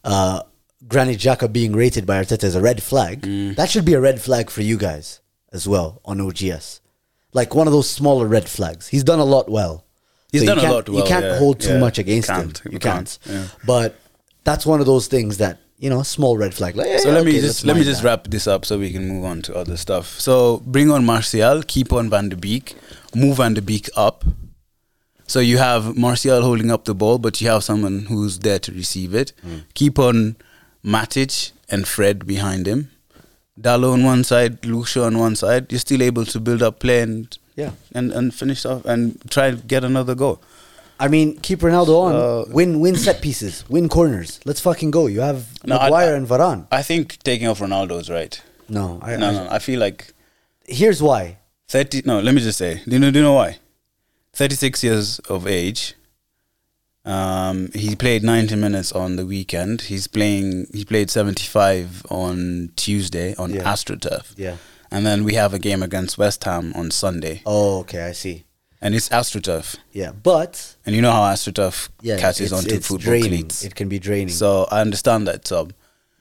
[SPEAKER 1] uh, Granit Xhaka being rated by Arteta as a red flag,
[SPEAKER 2] Mm.
[SPEAKER 1] that should be a red flag for you guys as well on OGS, like one of those smaller red flags. He's done a lot well.
[SPEAKER 2] He's
[SPEAKER 1] you
[SPEAKER 2] done a
[SPEAKER 1] can't-
[SPEAKER 2] lot
[SPEAKER 1] You
[SPEAKER 2] well,
[SPEAKER 1] can't
[SPEAKER 2] yeah,
[SPEAKER 1] hold too
[SPEAKER 2] yeah.
[SPEAKER 1] much against
[SPEAKER 2] Can't,
[SPEAKER 1] him.
[SPEAKER 2] you
[SPEAKER 1] You can't.
[SPEAKER 2] can't, yeah.
[SPEAKER 1] But that's one of those things that you know, small red flag. Like,
[SPEAKER 2] So let me just let me just wrap this up so we can move on to other stuff. So bring on Martial, keep on Van de Beek, move Van de Beek up. So you have Martial holding up the ball, but you have someone who's there to receive it. Keep on Matic and Fred behind him. Dalo on one side, Lucio on one side. You're still able to build up play and
[SPEAKER 1] Yeah.
[SPEAKER 2] and, and finish off and try and get another goal.
[SPEAKER 1] I mean, keep Ronaldo on.
[SPEAKER 2] So-
[SPEAKER 1] win win set pieces. Win corners. Let's fucking go. You have
[SPEAKER 2] No, I-
[SPEAKER 1] Maguire
[SPEAKER 2] I-
[SPEAKER 1] and Varane.
[SPEAKER 2] I think taking off Ronaldo is right.
[SPEAKER 1] No, I,
[SPEAKER 2] No,
[SPEAKER 1] I-
[SPEAKER 2] no, I feel like
[SPEAKER 1] Here's why.
[SPEAKER 2] 30 no let me just say do you know, do you know why 36 years of age um, he played 90 minutes on the weekend he's playing he played 75 on tuesday on
[SPEAKER 1] Yeah.
[SPEAKER 2] astroturf
[SPEAKER 1] Yeah.
[SPEAKER 2] and then we have a game against west ham on sunday
[SPEAKER 1] Oh, okay, I see.
[SPEAKER 2] and it's astroturf
[SPEAKER 1] Yeah, but
[SPEAKER 2] and you know how astroturf
[SPEAKER 1] yeah,
[SPEAKER 2] catches
[SPEAKER 1] it's-
[SPEAKER 2] onto
[SPEAKER 1] it's
[SPEAKER 2] football
[SPEAKER 1] draining.
[SPEAKER 2] cleats
[SPEAKER 1] It can be draining.
[SPEAKER 2] so i understand that sub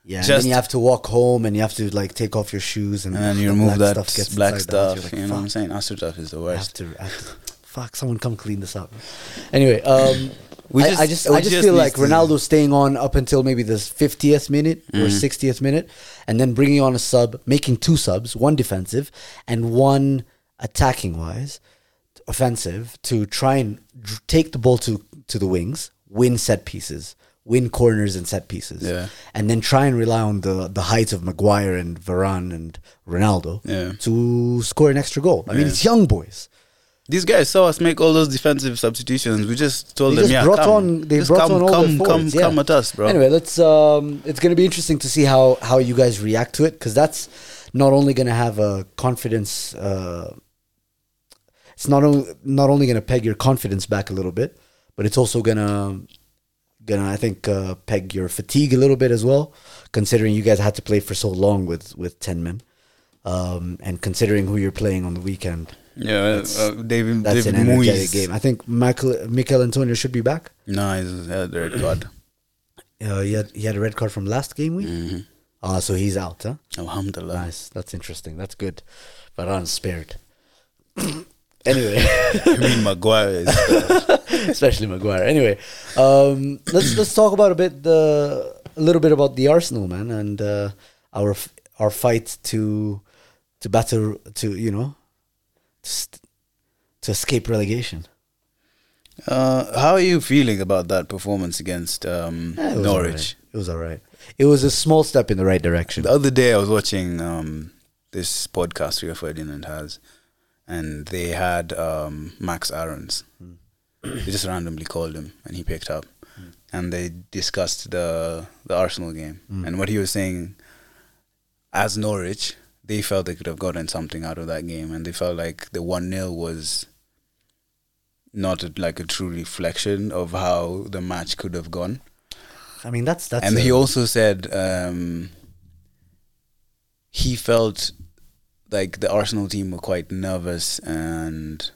[SPEAKER 1] yeah, and
[SPEAKER 2] just-
[SPEAKER 1] then you have to walk home, and you have to like take off your shoes, and,
[SPEAKER 2] and then you
[SPEAKER 1] the
[SPEAKER 2] remove that black
[SPEAKER 1] gets
[SPEAKER 2] stuff,
[SPEAKER 1] inside the house. You're
[SPEAKER 2] you
[SPEAKER 1] like,
[SPEAKER 2] know what i'm
[SPEAKER 1] "Fuck,
[SPEAKER 2] saying astroturf is the
[SPEAKER 1] I
[SPEAKER 2] worst
[SPEAKER 1] have to. I have to- Fuck! Someone come clean this up. Anyway, um,
[SPEAKER 2] We
[SPEAKER 1] I,
[SPEAKER 2] just-
[SPEAKER 1] I just
[SPEAKER 2] we
[SPEAKER 1] I just
[SPEAKER 2] just
[SPEAKER 1] feel
[SPEAKER 2] need
[SPEAKER 1] like
[SPEAKER 2] to-
[SPEAKER 1] Ronaldo staying on up until maybe the fiftieth minute or sixtieth minute, and then bringing on a sub, making two subs, one defensive and one attacking wise, offensive to try and dr- take the ball to to the wings, win set pieces, win corners and set pieces,
[SPEAKER 2] Yeah.
[SPEAKER 1] and then try and rely on the the heights of Maguire and Varane and Ronaldo
[SPEAKER 2] Yeah.
[SPEAKER 1] to score an extra goal. I mean, it's young boys.
[SPEAKER 2] These guys saw us make all those defensive substitutions. We just told
[SPEAKER 1] They
[SPEAKER 2] them,
[SPEAKER 1] just
[SPEAKER 2] yeah,
[SPEAKER 1] brought
[SPEAKER 2] come.
[SPEAKER 1] on. They
[SPEAKER 2] Just
[SPEAKER 1] brought
[SPEAKER 2] come,
[SPEAKER 1] on all
[SPEAKER 2] come,
[SPEAKER 1] the
[SPEAKER 2] come,
[SPEAKER 1] forwards, yeah.
[SPEAKER 2] come at us, bro.
[SPEAKER 1] Anyway, let's. Um, it's going to be interesting to see how how you guys react to it because that's not only going to have a confidence. Uh, it's not only not only going to peg your confidence back a little bit, but it's also gonna gonna I think uh, peg your fatigue a little bit as well, considering you guys had to play for so long with with ten men, um, and considering who you're playing on the weekend.
[SPEAKER 2] yeah, uh, David,
[SPEAKER 1] That's
[SPEAKER 2] David
[SPEAKER 1] an energetic
[SPEAKER 2] Moyes.
[SPEAKER 1] game. I think Michael, Michael Antonio should be back.
[SPEAKER 2] No, he's uh, the red card.
[SPEAKER 1] Uh, he had he had a red card from last game week.
[SPEAKER 2] Mm-hmm.
[SPEAKER 1] Ah, so he's out, huh?
[SPEAKER 2] Alhamdulillah.
[SPEAKER 1] Nice. That's interesting. That's good. Varane spared. anyway,
[SPEAKER 2] I mean, Maguire is.
[SPEAKER 1] especially Maguire. Anyway, um, let's let's talk about a bit the a little bit about the Arsenal man and uh, our f- our fight to to battle to you know to, st- to escape relegation.
[SPEAKER 2] Uh, how are you feeling about that performance against um,
[SPEAKER 1] Eh, it was
[SPEAKER 2] Norwich?
[SPEAKER 1] alright. It was all right. It was a small step in the right direction.
[SPEAKER 2] The other day, I was watching um, this podcast Rio Ferdinand has, and they had um, Max Aarons. they just randomly called him, and he picked up, and they discussed the the Arsenal game and what he was saying. As Norwich, they felt they could have gotten something out of that game, and they felt like the one 0 was not a, like a true reflection of how the match could have gone
[SPEAKER 1] I mean, that's that's
[SPEAKER 2] and
[SPEAKER 1] a-
[SPEAKER 2] he also said um, he felt like the Arsenal team were quite nervous and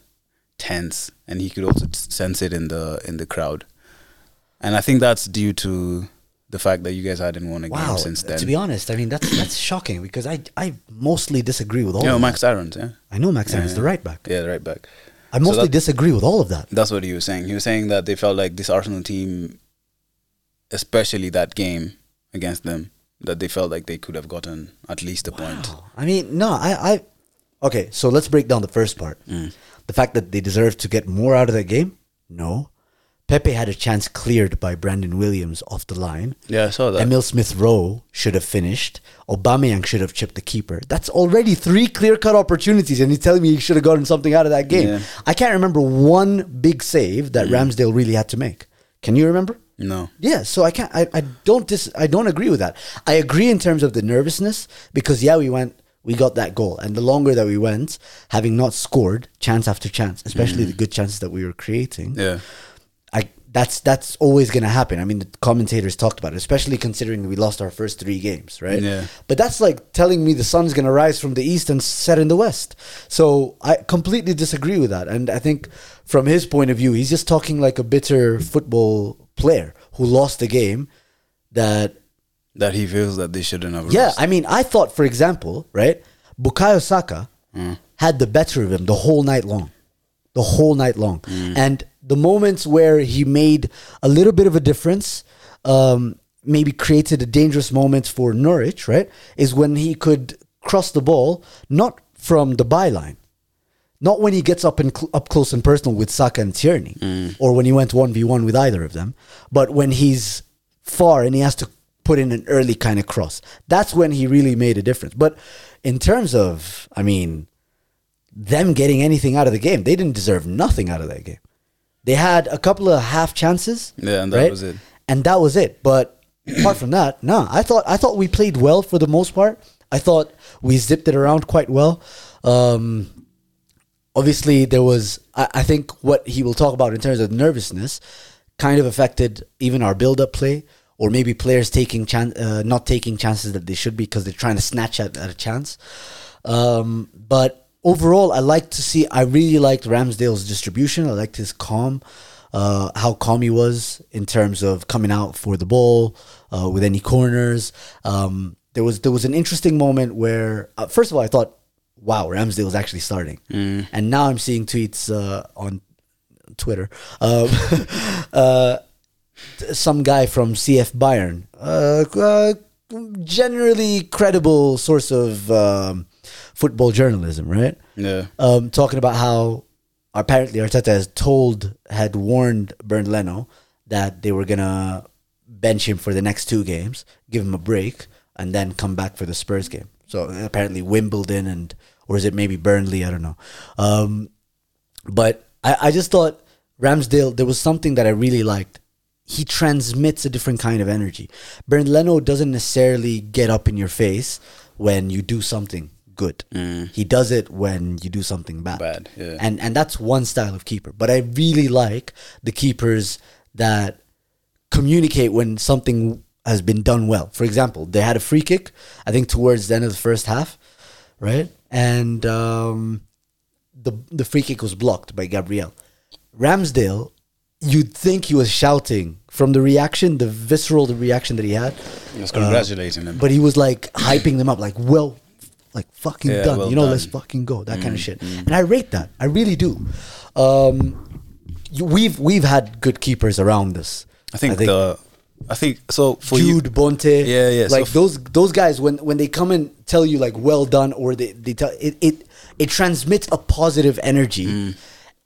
[SPEAKER 2] tense, and he could also t- sense it in the in the crowd. And I think that's due to the fact that you guys hadn't won a
[SPEAKER 1] Wow.
[SPEAKER 2] game since then.
[SPEAKER 1] To be honest, I mean that's that's shocking because I I mostly disagree with all.
[SPEAKER 2] you know,
[SPEAKER 1] of
[SPEAKER 2] Max Aaron's, yeah?
[SPEAKER 1] that. I know Max Aaron's
[SPEAKER 2] Yeah.
[SPEAKER 1] the right back.
[SPEAKER 2] Yeah, the right back.
[SPEAKER 1] I mostly
[SPEAKER 2] that-
[SPEAKER 1] disagree with all of that.
[SPEAKER 2] That's what he was saying. He was saying that they felt like this Arsenal team, especially that game against them, that they felt like they could have gotten at least a point.
[SPEAKER 1] Wow. I mean, no, I, I. Okay, so let's break down the first part.
[SPEAKER 2] Mm.
[SPEAKER 1] The fact that they deserve to get more out of the game. No, Pepe had a chance cleared by Brandon Williams off the line.
[SPEAKER 2] Yeah, I saw that.
[SPEAKER 1] Emil Smith Rowe should have finished. Aubameyang should have chipped the keeper. That's already three clear-cut opportunities, and he's telling me he should have gotten something out of that game.
[SPEAKER 2] Yeah.
[SPEAKER 1] I can't remember one big save that Ramsdale really had to make. Mm. Can you remember?
[SPEAKER 2] no.
[SPEAKER 1] Yeah, so I can't. I, I don't dis. I don't agree with that. I agree in terms of the nervousness because yeah, we went. We got that goal, and the longer that we went, having not scored chance after chance, especially the good chances that we were creating,
[SPEAKER 2] Yeah.
[SPEAKER 1] I that's that's always going to happen. I mean, the commentators talked about it, especially considering we lost our first three games, right?
[SPEAKER 2] Yeah.
[SPEAKER 1] But that's like telling me the sun's going to rise from the east and set in the west. So I completely disagree with that, and I think from his point of view, he's just talking like a bitter football player who lost the game. That
[SPEAKER 2] That he feels that they shouldn't have
[SPEAKER 1] yeah,
[SPEAKER 2] lost.
[SPEAKER 1] I mean, I thought, for example, right, Bukayo Saka had the better of him the whole night long, the whole night long, and the moments where he made a little bit of a difference, um, maybe created a dangerous moment for Norwich, right, is when he could cross the ball not from the byline. Not when he gets up and cl- up close and personal with Saka and Tierney, or when he went one v one with either of them, but when he's far and he has to put in an early kind of cross. That's when he really made a difference. But in terms of, I mean, them getting anything out of the game, they didn't deserve nothing out of that game. They had a couple of half chances.
[SPEAKER 2] Yeah, and that
[SPEAKER 1] right?
[SPEAKER 2] was it.
[SPEAKER 1] And that was it. But apart from that, no, I thought I thought we played well for the most part. I thought we zipped it around quite well. Um, obviously there was I, I think what he will talk about in terms of nervousness kind of affected even our build up play or maybe players taking chan- uh, not taking chances that they should be because they're trying to snatch at, at a chance um, but overall I like to see I really liked Ramsdale's distribution I liked his calm uh, how calm he was in terms of coming out for the ball uh, with any corners um, there was there was an interesting moment where uh, first of all I thought wow, Ramsdale's actually starting. And now I'm seeing tweets uh, on Twitter. Um, uh, t- some guy from CF Bayern, uh, uh, generally credible source of um, football journalism, right?
[SPEAKER 2] Yeah.
[SPEAKER 1] um, talking about how apparently Arteta has told, had warned Bernd Leno that they were gonna bench him for the next two games, give him a break, and then come back for the Spurs game. So apparently Wimbledon and or is it maybe Burnley? I don't know. Um, but I, I just thought Ramsdale, there was something that I really liked. He transmits a different kind of energy. Bernd Leno doesn't necessarily get up in your face when you do something good. He does it when you do something bad.
[SPEAKER 2] Mm. Bad, yeah.
[SPEAKER 1] And and that's one style of keeper. But I really like the keepers that communicate when something has been done well. For example, they had a free kick, I think towards the end of the first half, right? And um, the the free kick was blocked by Gabriel. Ramsdale, you'd think he was shouting from the reaction, the visceral reaction that he had,
[SPEAKER 2] I was congratulating him.
[SPEAKER 1] Uh, but he was like hyping them up, like well, like fucking
[SPEAKER 2] Yeah,
[SPEAKER 1] done,
[SPEAKER 2] well
[SPEAKER 1] you know,
[SPEAKER 2] done. Mm,
[SPEAKER 1] let's fucking go, that kind of shit. And I rate that, I really do. Um, you, we've we've had good keepers around us.
[SPEAKER 2] I think, the. I think so for you.
[SPEAKER 1] Jude Bonte.
[SPEAKER 2] Yeah, yeah, so
[SPEAKER 1] Like
[SPEAKER 2] f-
[SPEAKER 1] those those guys when when they come and tell you like well done or they they tell it it it transmits a positive energy.
[SPEAKER 2] Mm.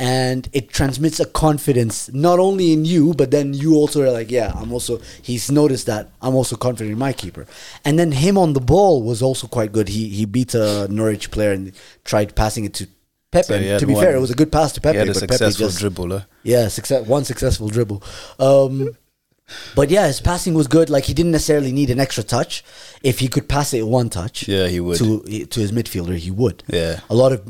[SPEAKER 1] And it transmits a confidence not only in you, but then you also are like, yeah, I'm also. He's noticed that I'm also confident in my keeper, and then him on the ball was also quite good. He he beat a Norwich player and tried passing it to Pepe.
[SPEAKER 2] So he
[SPEAKER 1] And
[SPEAKER 2] had
[SPEAKER 1] to be
[SPEAKER 2] one-
[SPEAKER 1] fair, it was a good pass to Pepe,
[SPEAKER 2] He had a
[SPEAKER 1] but Pepe
[SPEAKER 2] successful
[SPEAKER 1] just
[SPEAKER 2] dribbler.
[SPEAKER 1] yeah, success, one successful dribble. Um, but yeah, his passing was good. Like he didn't necessarily need an extra touch. If he could pass it one touch,
[SPEAKER 2] Yeah, he would.
[SPEAKER 1] to to his midfielder, he would.
[SPEAKER 2] Yeah.
[SPEAKER 1] a lot of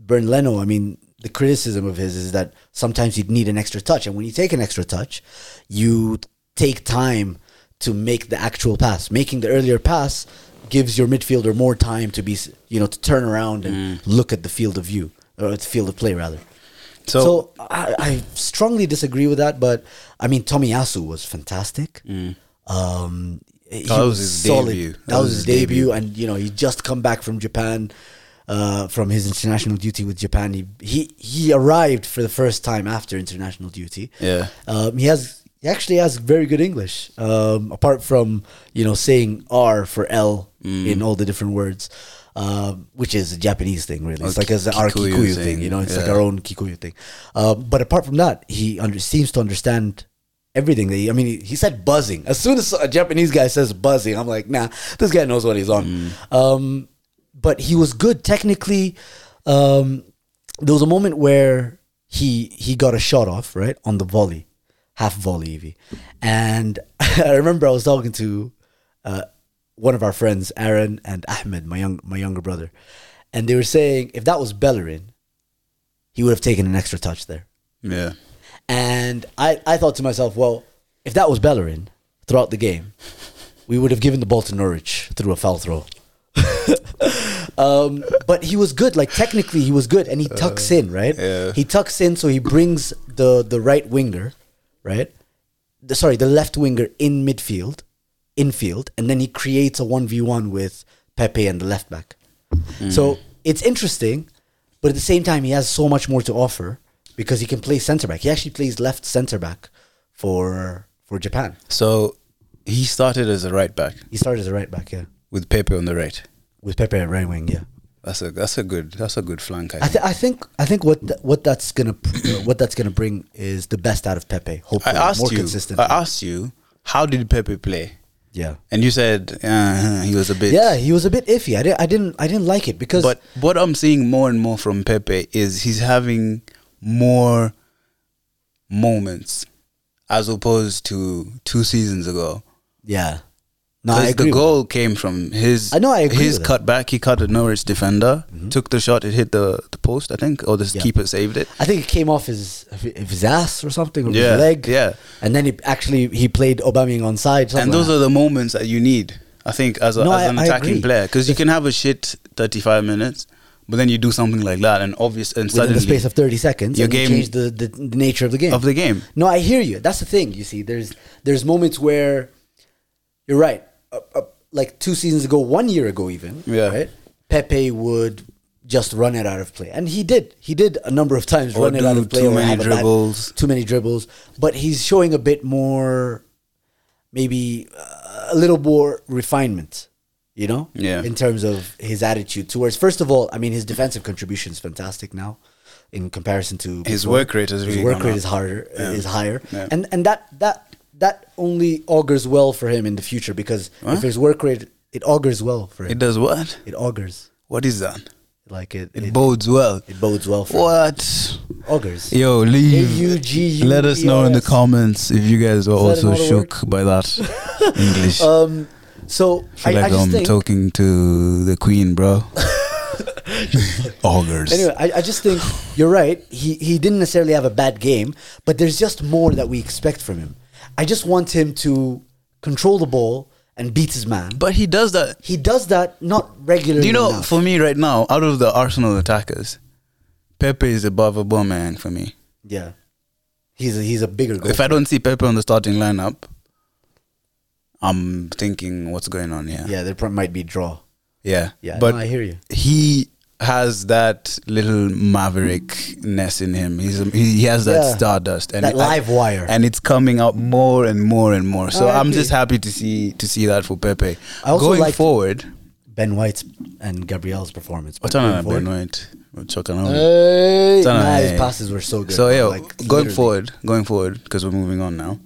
[SPEAKER 1] Bern Leno. I mean, the criticism of his is that sometimes he'd need an extra touch, and when you take an extra touch, you take time to make the actual pass. Making the earlier pass gives your midfielder more time to be, s- you know, to turn around
[SPEAKER 2] Mm.
[SPEAKER 1] and look at the field of view or the field of play rather.
[SPEAKER 2] So,
[SPEAKER 1] So I, I strongly disagree with that, but I mean, Tomiyasu was fantastic. Um, he
[SPEAKER 2] That was his debut.
[SPEAKER 1] That, was his debut, and you know he just come back from Japan, uh, from his international duty with Japan. He, he he arrived for the first time after international duty.
[SPEAKER 2] Yeah.
[SPEAKER 1] um, he has he actually has very good English. Um, apart from you know saying R for L
[SPEAKER 2] Mm.
[SPEAKER 1] in all the different words, um, which is a Japanese thing really. It's
[SPEAKER 2] Or
[SPEAKER 1] like it's an our
[SPEAKER 2] Oh, Kikuyu
[SPEAKER 1] Kikuyu thing.
[SPEAKER 2] thing,
[SPEAKER 1] you know. It's like
[SPEAKER 2] yeah.
[SPEAKER 1] our own Kikuyu thing. Uh, but apart from that, he under, seems to understand everything. That he, I mean, he, he said buzzing. As soon as a Japanese guy says buzzing, I'm like, nah, this guy knows what he's on. Um, but he was good technically. Um, there was a moment where he he got a shot off right on the volley, half volley, Evie, and I remember I was talking to. Uh, one of our friends, Aaron and Ahmed, my young my younger brother, and they were saying if that was Bellerin, he would have taken an extra touch there.
[SPEAKER 2] Yeah.
[SPEAKER 1] And I, I thought to myself, well, if that was Bellerin throughout the game, we would have given the ball to Norwich through a foul throw. um, but he was good. Like technically, he was good, and he tucks in right.
[SPEAKER 2] yeah.
[SPEAKER 1] He tucks in, so he brings the the right winger, right? The, sorry, the left winger in midfield, infield, and then he creates a one v one with Pepe and the left back.
[SPEAKER 2] Mm.
[SPEAKER 1] So it's interesting, but at the same time, he has so much more to offer because he can play centre back. He actually plays left centre back for for Japan.
[SPEAKER 2] So he started as a right back
[SPEAKER 1] He started as a right back, yeah,
[SPEAKER 2] with Pepe on the right.
[SPEAKER 1] with Pepe at right wing, yeah.
[SPEAKER 2] That's a that's a good that's a good flank. I
[SPEAKER 1] I,
[SPEAKER 2] think.
[SPEAKER 1] th- I think I think what th- what that's gonna pr- uh, what that's gonna bring is the best out of Pepe.
[SPEAKER 2] I
[SPEAKER 1] Hopefully,
[SPEAKER 2] asked
[SPEAKER 1] more
[SPEAKER 2] you. uh,
[SPEAKER 1] consistent.
[SPEAKER 2] I asked you how did Pepe play,
[SPEAKER 1] yeah,
[SPEAKER 2] and you said uh, he was a bit.
[SPEAKER 1] yeah. He was a bit iffy. I didn't I didn't I didn't like it because
[SPEAKER 2] But what I'm seeing more and more from Pepe is he's having more moments as opposed to two seasons ago.
[SPEAKER 1] yeah, no, I
[SPEAKER 2] Because
[SPEAKER 1] agree.
[SPEAKER 2] the
[SPEAKER 1] with-
[SPEAKER 2] goal came from his.
[SPEAKER 1] I know, I agree
[SPEAKER 2] His
[SPEAKER 1] with Mm-hmm.
[SPEAKER 2] cutback, he cut a Norwich defender, took the shot, it hit the, the post, I think, or the keeper saved it.
[SPEAKER 1] I think it came off his if his ass or something or
[SPEAKER 2] Yeah,
[SPEAKER 1] his leg.
[SPEAKER 2] yeah.
[SPEAKER 1] and then he actually he played Aubameyang on side.
[SPEAKER 2] and those are the moments that you need, I think, as, a,
[SPEAKER 1] No, I-
[SPEAKER 2] as an
[SPEAKER 1] I
[SPEAKER 2] attacking
[SPEAKER 1] agree.
[SPEAKER 2] player, because you can have a shit 35 minutes, but then you do something like that, and obvious, and
[SPEAKER 1] within
[SPEAKER 2] suddenly
[SPEAKER 1] the space of thirty seconds.
[SPEAKER 2] your
[SPEAKER 1] and
[SPEAKER 2] game-
[SPEAKER 1] you changed the, the, the nature of the game
[SPEAKER 2] of the game.
[SPEAKER 1] No, I hear you. That's the thing. You see, there's there's moments where you're right. Uh, uh, like two seasons ago, one year ago, even.
[SPEAKER 2] Yeah.
[SPEAKER 1] Right. Pepe would just run it out of play, and he did. He did a number of times
[SPEAKER 2] Or
[SPEAKER 1] run it out
[SPEAKER 2] do
[SPEAKER 1] of play.
[SPEAKER 2] too
[SPEAKER 1] or
[SPEAKER 2] many
[SPEAKER 1] have a bad-
[SPEAKER 2] dribbles.
[SPEAKER 1] too many dribbles. But he's showing a bit more, maybe uh, a little more refinement. You know.
[SPEAKER 2] Yeah.
[SPEAKER 1] In terms of his attitude towards, first of all, I mean, his defensive contribution is fantastic now, in comparison to
[SPEAKER 2] His
[SPEAKER 1] before.
[SPEAKER 2] work rate has
[SPEAKER 1] His
[SPEAKER 2] really
[SPEAKER 1] work
[SPEAKER 2] gone
[SPEAKER 1] rate
[SPEAKER 2] up.
[SPEAKER 1] is harder is higher
[SPEAKER 2] Yeah.
[SPEAKER 1] and and that that that only augurs well for him in the future because if his work rate it augurs well for him
[SPEAKER 2] It
[SPEAKER 1] it,
[SPEAKER 2] does what?
[SPEAKER 1] augurs
[SPEAKER 2] What is that?
[SPEAKER 1] like it
[SPEAKER 2] It
[SPEAKER 1] it,
[SPEAKER 2] bodes well.
[SPEAKER 1] it bodes well for him.
[SPEAKER 2] What?
[SPEAKER 1] augurs
[SPEAKER 2] Yo, leave.
[SPEAKER 1] A-U-G-U-E-S.
[SPEAKER 2] Let us know in the comments if you guys were
[SPEAKER 1] E Is that
[SPEAKER 2] also
[SPEAKER 1] another word?
[SPEAKER 2] shook by that English.
[SPEAKER 1] um so
[SPEAKER 2] I
[SPEAKER 1] I,
[SPEAKER 2] feel
[SPEAKER 1] I
[SPEAKER 2] like
[SPEAKER 1] just
[SPEAKER 2] I'm
[SPEAKER 1] think
[SPEAKER 2] talking to the queen, bro. Augers.
[SPEAKER 1] anyway I, I just think you're right he he didn't necessarily have a bad game but there's just more that we expect from him I just want him to control the ball and beat his man
[SPEAKER 2] But he does that.
[SPEAKER 1] he does that not regularly
[SPEAKER 2] Do you know,
[SPEAKER 1] enough.
[SPEAKER 2] for me right now, out of the Arsenal attackers, Pepe is above a bomber for me.
[SPEAKER 1] Yeah, he's a, he's a bigger goal.
[SPEAKER 2] If I don't see Pepe on the starting lineup, I'm thinking, what's going on here?
[SPEAKER 1] yeah, there prob- might be draw.
[SPEAKER 2] Yeah.
[SPEAKER 1] Yeah,
[SPEAKER 2] But
[SPEAKER 1] no, I hear you.
[SPEAKER 2] he has that little maverickness in him. He's he, he has that
[SPEAKER 1] Yeah.
[SPEAKER 2] stardust and
[SPEAKER 1] That live wire.
[SPEAKER 2] and it's coming out more and more and more. So
[SPEAKER 1] I
[SPEAKER 2] I'm
[SPEAKER 1] agree.
[SPEAKER 2] just happy to see to see that for Pepe.
[SPEAKER 1] I also
[SPEAKER 2] Going
[SPEAKER 1] liked-
[SPEAKER 2] forward,
[SPEAKER 1] Ben White's and Gabriel's performance. but
[SPEAKER 2] what's on
[SPEAKER 1] going
[SPEAKER 2] Ben White? What's on
[SPEAKER 1] forward-
[SPEAKER 2] him?
[SPEAKER 1] Hey,
[SPEAKER 2] Turn on,
[SPEAKER 1] nah, his
[SPEAKER 2] hey.
[SPEAKER 1] passes were so good.
[SPEAKER 2] So yeah,
[SPEAKER 1] like,
[SPEAKER 2] going
[SPEAKER 1] literally.
[SPEAKER 2] forward, going forward, because we're moving on now.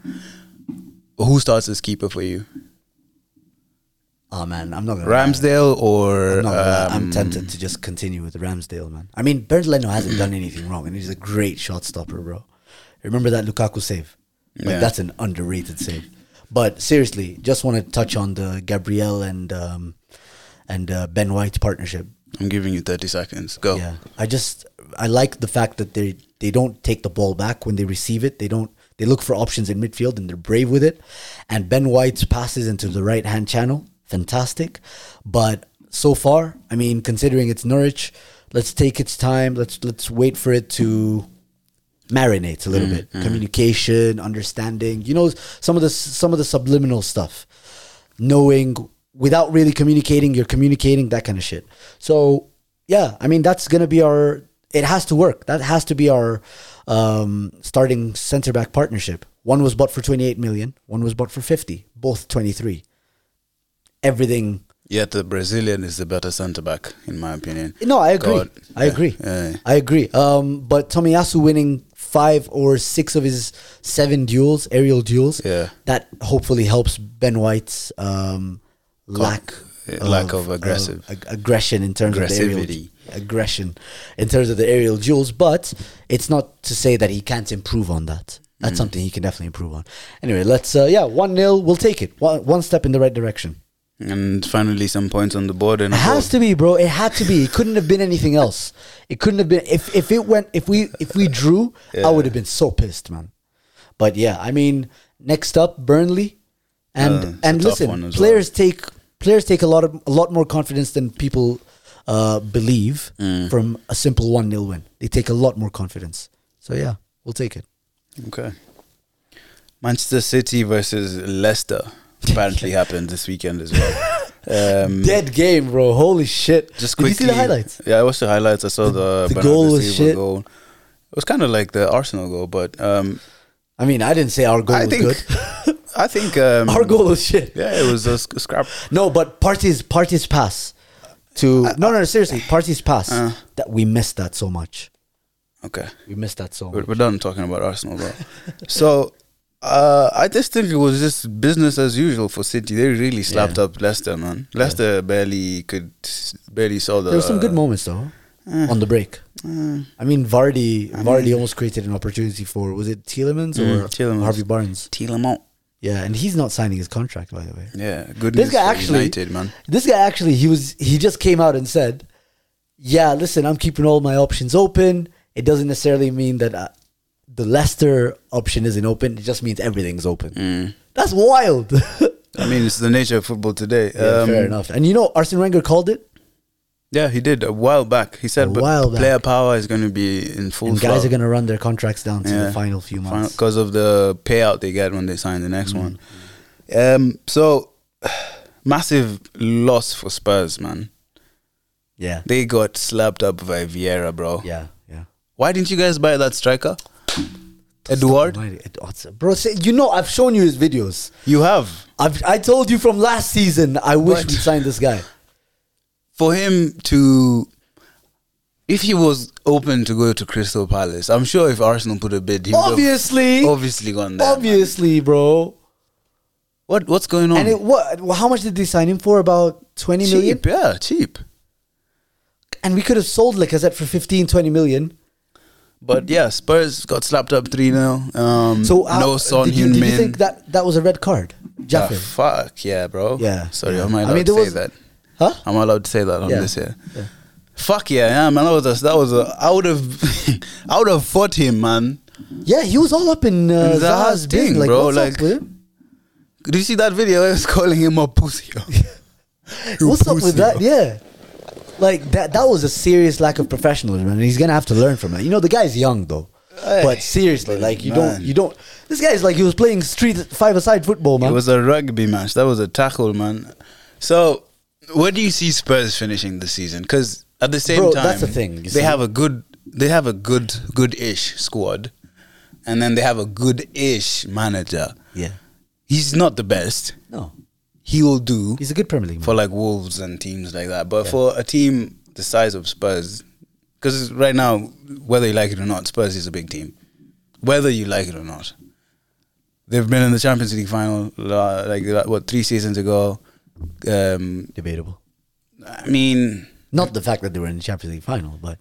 [SPEAKER 2] Who starts as keeper for you,
[SPEAKER 1] Uh, Oh man, I'm not gonna.
[SPEAKER 2] Ramsdale
[SPEAKER 1] I'm,
[SPEAKER 2] or
[SPEAKER 1] not gonna- I'm
[SPEAKER 2] um,
[SPEAKER 1] tempted to just continue with Ramsdale, man. I mean, Bernd Leno hasn't done anything wrong, and he's a great shot stopper, bro. Remember that Lukaku save? Like,
[SPEAKER 2] Yeah.
[SPEAKER 1] That's an underrated save. But seriously, just want to touch on the Gabriel and um, and uh, Ben White partnership.
[SPEAKER 2] I'm giving you 30 seconds. Go.
[SPEAKER 1] Yeah, I just I like the fact that they they don't take the ball back when they receive it. They don't. They look for options in midfield and they're brave with it. And Ben White's passes into the right hand channel, fantastic. But so far, I mean, considering it's Norwich, let's take its time. Let's let's wait for it to marinates a little bit. Communication, understanding. You know, some of the some of the subliminal stuff, knowing without really communicating, you're communicating that kind of shit. So yeah, I mean that's gonna be our. It has to work. That has to be our um, starting center back partnership. One was bought for 28 million. One was bought for 50. Both 23. Everything
[SPEAKER 2] Yet the Brazilian is the better centre back, in my opinion.
[SPEAKER 1] no, I agree.
[SPEAKER 2] God.
[SPEAKER 1] I
[SPEAKER 2] Yeah,
[SPEAKER 1] agree.
[SPEAKER 2] yeah.
[SPEAKER 1] I agree. Um, but Tomiyasu winning five or six of his seven duels, aerial duels,
[SPEAKER 2] Yeah.
[SPEAKER 1] that hopefully helps Ben White's um, lack
[SPEAKER 2] yeah, lack of aggressive.
[SPEAKER 1] ag- aggression in terms of the aerial
[SPEAKER 2] Aggressivity.
[SPEAKER 1] aggression in terms of the aerial duels. But it's not to say that he can't improve on that. That's
[SPEAKER 2] Mm.
[SPEAKER 1] something he can definitely improve on. Anyway, let's uh, yeah, one 0 We'll take it. One, one step in the right direction.
[SPEAKER 2] And finally, some points on the board and
[SPEAKER 1] It
[SPEAKER 2] a
[SPEAKER 1] has
[SPEAKER 2] goal.
[SPEAKER 1] to be, bro. It had to be. It couldn't have been anything else. It couldn't have been. If if it went, if we if we drew, I would have been so pissed, man. But yeah, I mean, next up, Burnley, and
[SPEAKER 2] Uh, it's a
[SPEAKER 1] and
[SPEAKER 2] tough one
[SPEAKER 1] listen,
[SPEAKER 2] as
[SPEAKER 1] players take players take a lot of a lot more confidence than people uh, believe
[SPEAKER 2] Mm.
[SPEAKER 1] from a simple one 0 win. They take a lot more confidence. So yeah, we'll take it.
[SPEAKER 2] Okay. Manchester City versus Leicester apparently happened this weekend as well. Um,
[SPEAKER 1] Dead game, bro. Holy shit!
[SPEAKER 2] just
[SPEAKER 1] Did
[SPEAKER 2] quickly,
[SPEAKER 1] you see the highlights?
[SPEAKER 2] Yeah, I watched the highlights. I saw the,
[SPEAKER 1] the
[SPEAKER 2] Bernardo
[SPEAKER 1] goal was
[SPEAKER 2] Silva
[SPEAKER 1] shit.
[SPEAKER 2] goal. It was kind of like the Arsenal goal, but um,
[SPEAKER 1] I mean, I didn't say our goal
[SPEAKER 2] I
[SPEAKER 1] was
[SPEAKER 2] think
[SPEAKER 1] good.
[SPEAKER 2] I think um,
[SPEAKER 1] Our goal was shit.
[SPEAKER 2] Yeah, it was a sc- scrap.
[SPEAKER 1] No, but parties parties pass to no no seriously parties pass that we missed that so much.
[SPEAKER 2] Okay.
[SPEAKER 1] We missed that so
[SPEAKER 2] We're,
[SPEAKER 1] much.
[SPEAKER 2] we're done talking about Arsenal, bro. so uh, I just think it was just business as usual for City. They really slapped up Leicester, man. Leicester barely could barely saw the.
[SPEAKER 1] There were some good moments though on the break. I mean Vardy Vardy almost created an opportunity for was it Tielemans or
[SPEAKER 2] Mm, Tielemans.
[SPEAKER 1] Harvey Barnes?
[SPEAKER 2] Tielemans.
[SPEAKER 1] Yeah, and he's not signing his contract by the way.
[SPEAKER 2] Yeah, good
[SPEAKER 1] This
[SPEAKER 2] news
[SPEAKER 1] guy
[SPEAKER 2] for
[SPEAKER 1] actually
[SPEAKER 2] United, man.
[SPEAKER 1] This guy actually he was he just came out and said, "Yeah, listen, I'm keeping all my options open. It doesn't necessarily mean that uh, the Leicester option isn't open. It just means everything's open."
[SPEAKER 2] Mm.
[SPEAKER 1] That's wild.
[SPEAKER 2] I mean, it's the nature of football today.
[SPEAKER 1] Yeah,
[SPEAKER 2] um,
[SPEAKER 1] fair enough. And you know, Arsene Wenger called it,
[SPEAKER 2] Yeah, he did a while back. He said
[SPEAKER 1] A
[SPEAKER 2] but
[SPEAKER 1] while back.
[SPEAKER 2] player power is going to be in full.
[SPEAKER 1] and guys are going to run their contracts down to the final few months. Mm.
[SPEAKER 2] because of the payout they get when they sign the next one. Um, so massive loss for Spurs, man.
[SPEAKER 1] yeah,
[SPEAKER 2] They got slapped up by Vieira, bro.
[SPEAKER 1] yeah, yeah.
[SPEAKER 2] Why didn't you guys buy that striker, Eduard?
[SPEAKER 1] Almighty, it- oh, it's- bro, say, you know, I've shown you his videos.
[SPEAKER 2] You have
[SPEAKER 1] I've, I told you from last season. I wish
[SPEAKER 2] But-
[SPEAKER 1] we'd signed this guy.
[SPEAKER 2] for him to. If he was open to go to Crystal Palace, I'm sure if Arsenal put a bid, he would have
[SPEAKER 1] Obviously,
[SPEAKER 2] obviously gone there. Oh, man.
[SPEAKER 1] obviously, bro.
[SPEAKER 2] What what's going on?
[SPEAKER 1] And it what? How much did they sign him for? About twenty million.
[SPEAKER 2] cheap, yeah, cheap.
[SPEAKER 1] And we could have sold Lacazette for 15, 20 million.
[SPEAKER 2] But yeah, Spurs got slapped up three 0 um,
[SPEAKER 1] So how-
[SPEAKER 2] no Son
[SPEAKER 1] did, you,
[SPEAKER 2] Heung
[SPEAKER 1] did
[SPEAKER 2] Min.
[SPEAKER 1] you think that that was a red card,
[SPEAKER 2] Ah,
[SPEAKER 1] Jaffe?
[SPEAKER 2] fuck yeah, bro.
[SPEAKER 1] Yeah.
[SPEAKER 2] Sorry,
[SPEAKER 1] Yeah.
[SPEAKER 2] am I
[SPEAKER 1] I
[SPEAKER 2] allowed
[SPEAKER 1] mean,
[SPEAKER 2] to
[SPEAKER 1] there
[SPEAKER 2] say
[SPEAKER 1] was-
[SPEAKER 2] that?
[SPEAKER 1] Huh?
[SPEAKER 2] Am Ah. I allowed to say that on
[SPEAKER 1] Yeah.
[SPEAKER 2] this here?
[SPEAKER 1] Yeah.
[SPEAKER 2] Fuck yeah, yeah, man. That was a, that was a. I would have, I would have fought him, man.
[SPEAKER 1] Yeah, he was all up in uh, Zaha's
[SPEAKER 2] And Zaha's
[SPEAKER 1] thing,
[SPEAKER 2] thing,
[SPEAKER 1] like,
[SPEAKER 2] bro,
[SPEAKER 1] what's up
[SPEAKER 2] like-
[SPEAKER 1] with him?
[SPEAKER 2] Did you see that video? I was calling him a pussy. You
[SPEAKER 1] What's up with
[SPEAKER 2] pussy.
[SPEAKER 1] that? Yeah, like that. That was a serious lack of professionalism, and he's gonna have to learn from that. You know, the guy's young though,
[SPEAKER 2] Hey,
[SPEAKER 1] but seriously, like you don't,
[SPEAKER 2] man.
[SPEAKER 1] you don't. This guy's like he was playing street five-a-side football,
[SPEAKER 2] It
[SPEAKER 1] man.
[SPEAKER 2] was a rugby match. That was a tackle, man. So, where do you see Spurs finishing the season? Because at the same
[SPEAKER 1] Bro,
[SPEAKER 2] time,
[SPEAKER 1] that's the thing, you
[SPEAKER 2] They
[SPEAKER 1] see.
[SPEAKER 2] have a good, they have a good, good-ish squad, and then they have a good-ish manager.
[SPEAKER 1] yeah,
[SPEAKER 2] He's not the best.
[SPEAKER 1] no,
[SPEAKER 2] He will do
[SPEAKER 1] he's a good Premier League. Man.
[SPEAKER 2] for like Wolves and teams like that. But for a team the size of Spurs, because right now, whether you like it or not, Spurs is a big team. Whether you like it or not, they've been in the Champions League final uh, like uh, what three seasons ago. Um,
[SPEAKER 1] Debatable.
[SPEAKER 2] I mean,
[SPEAKER 1] Not the fact that they were in the Champions League final, but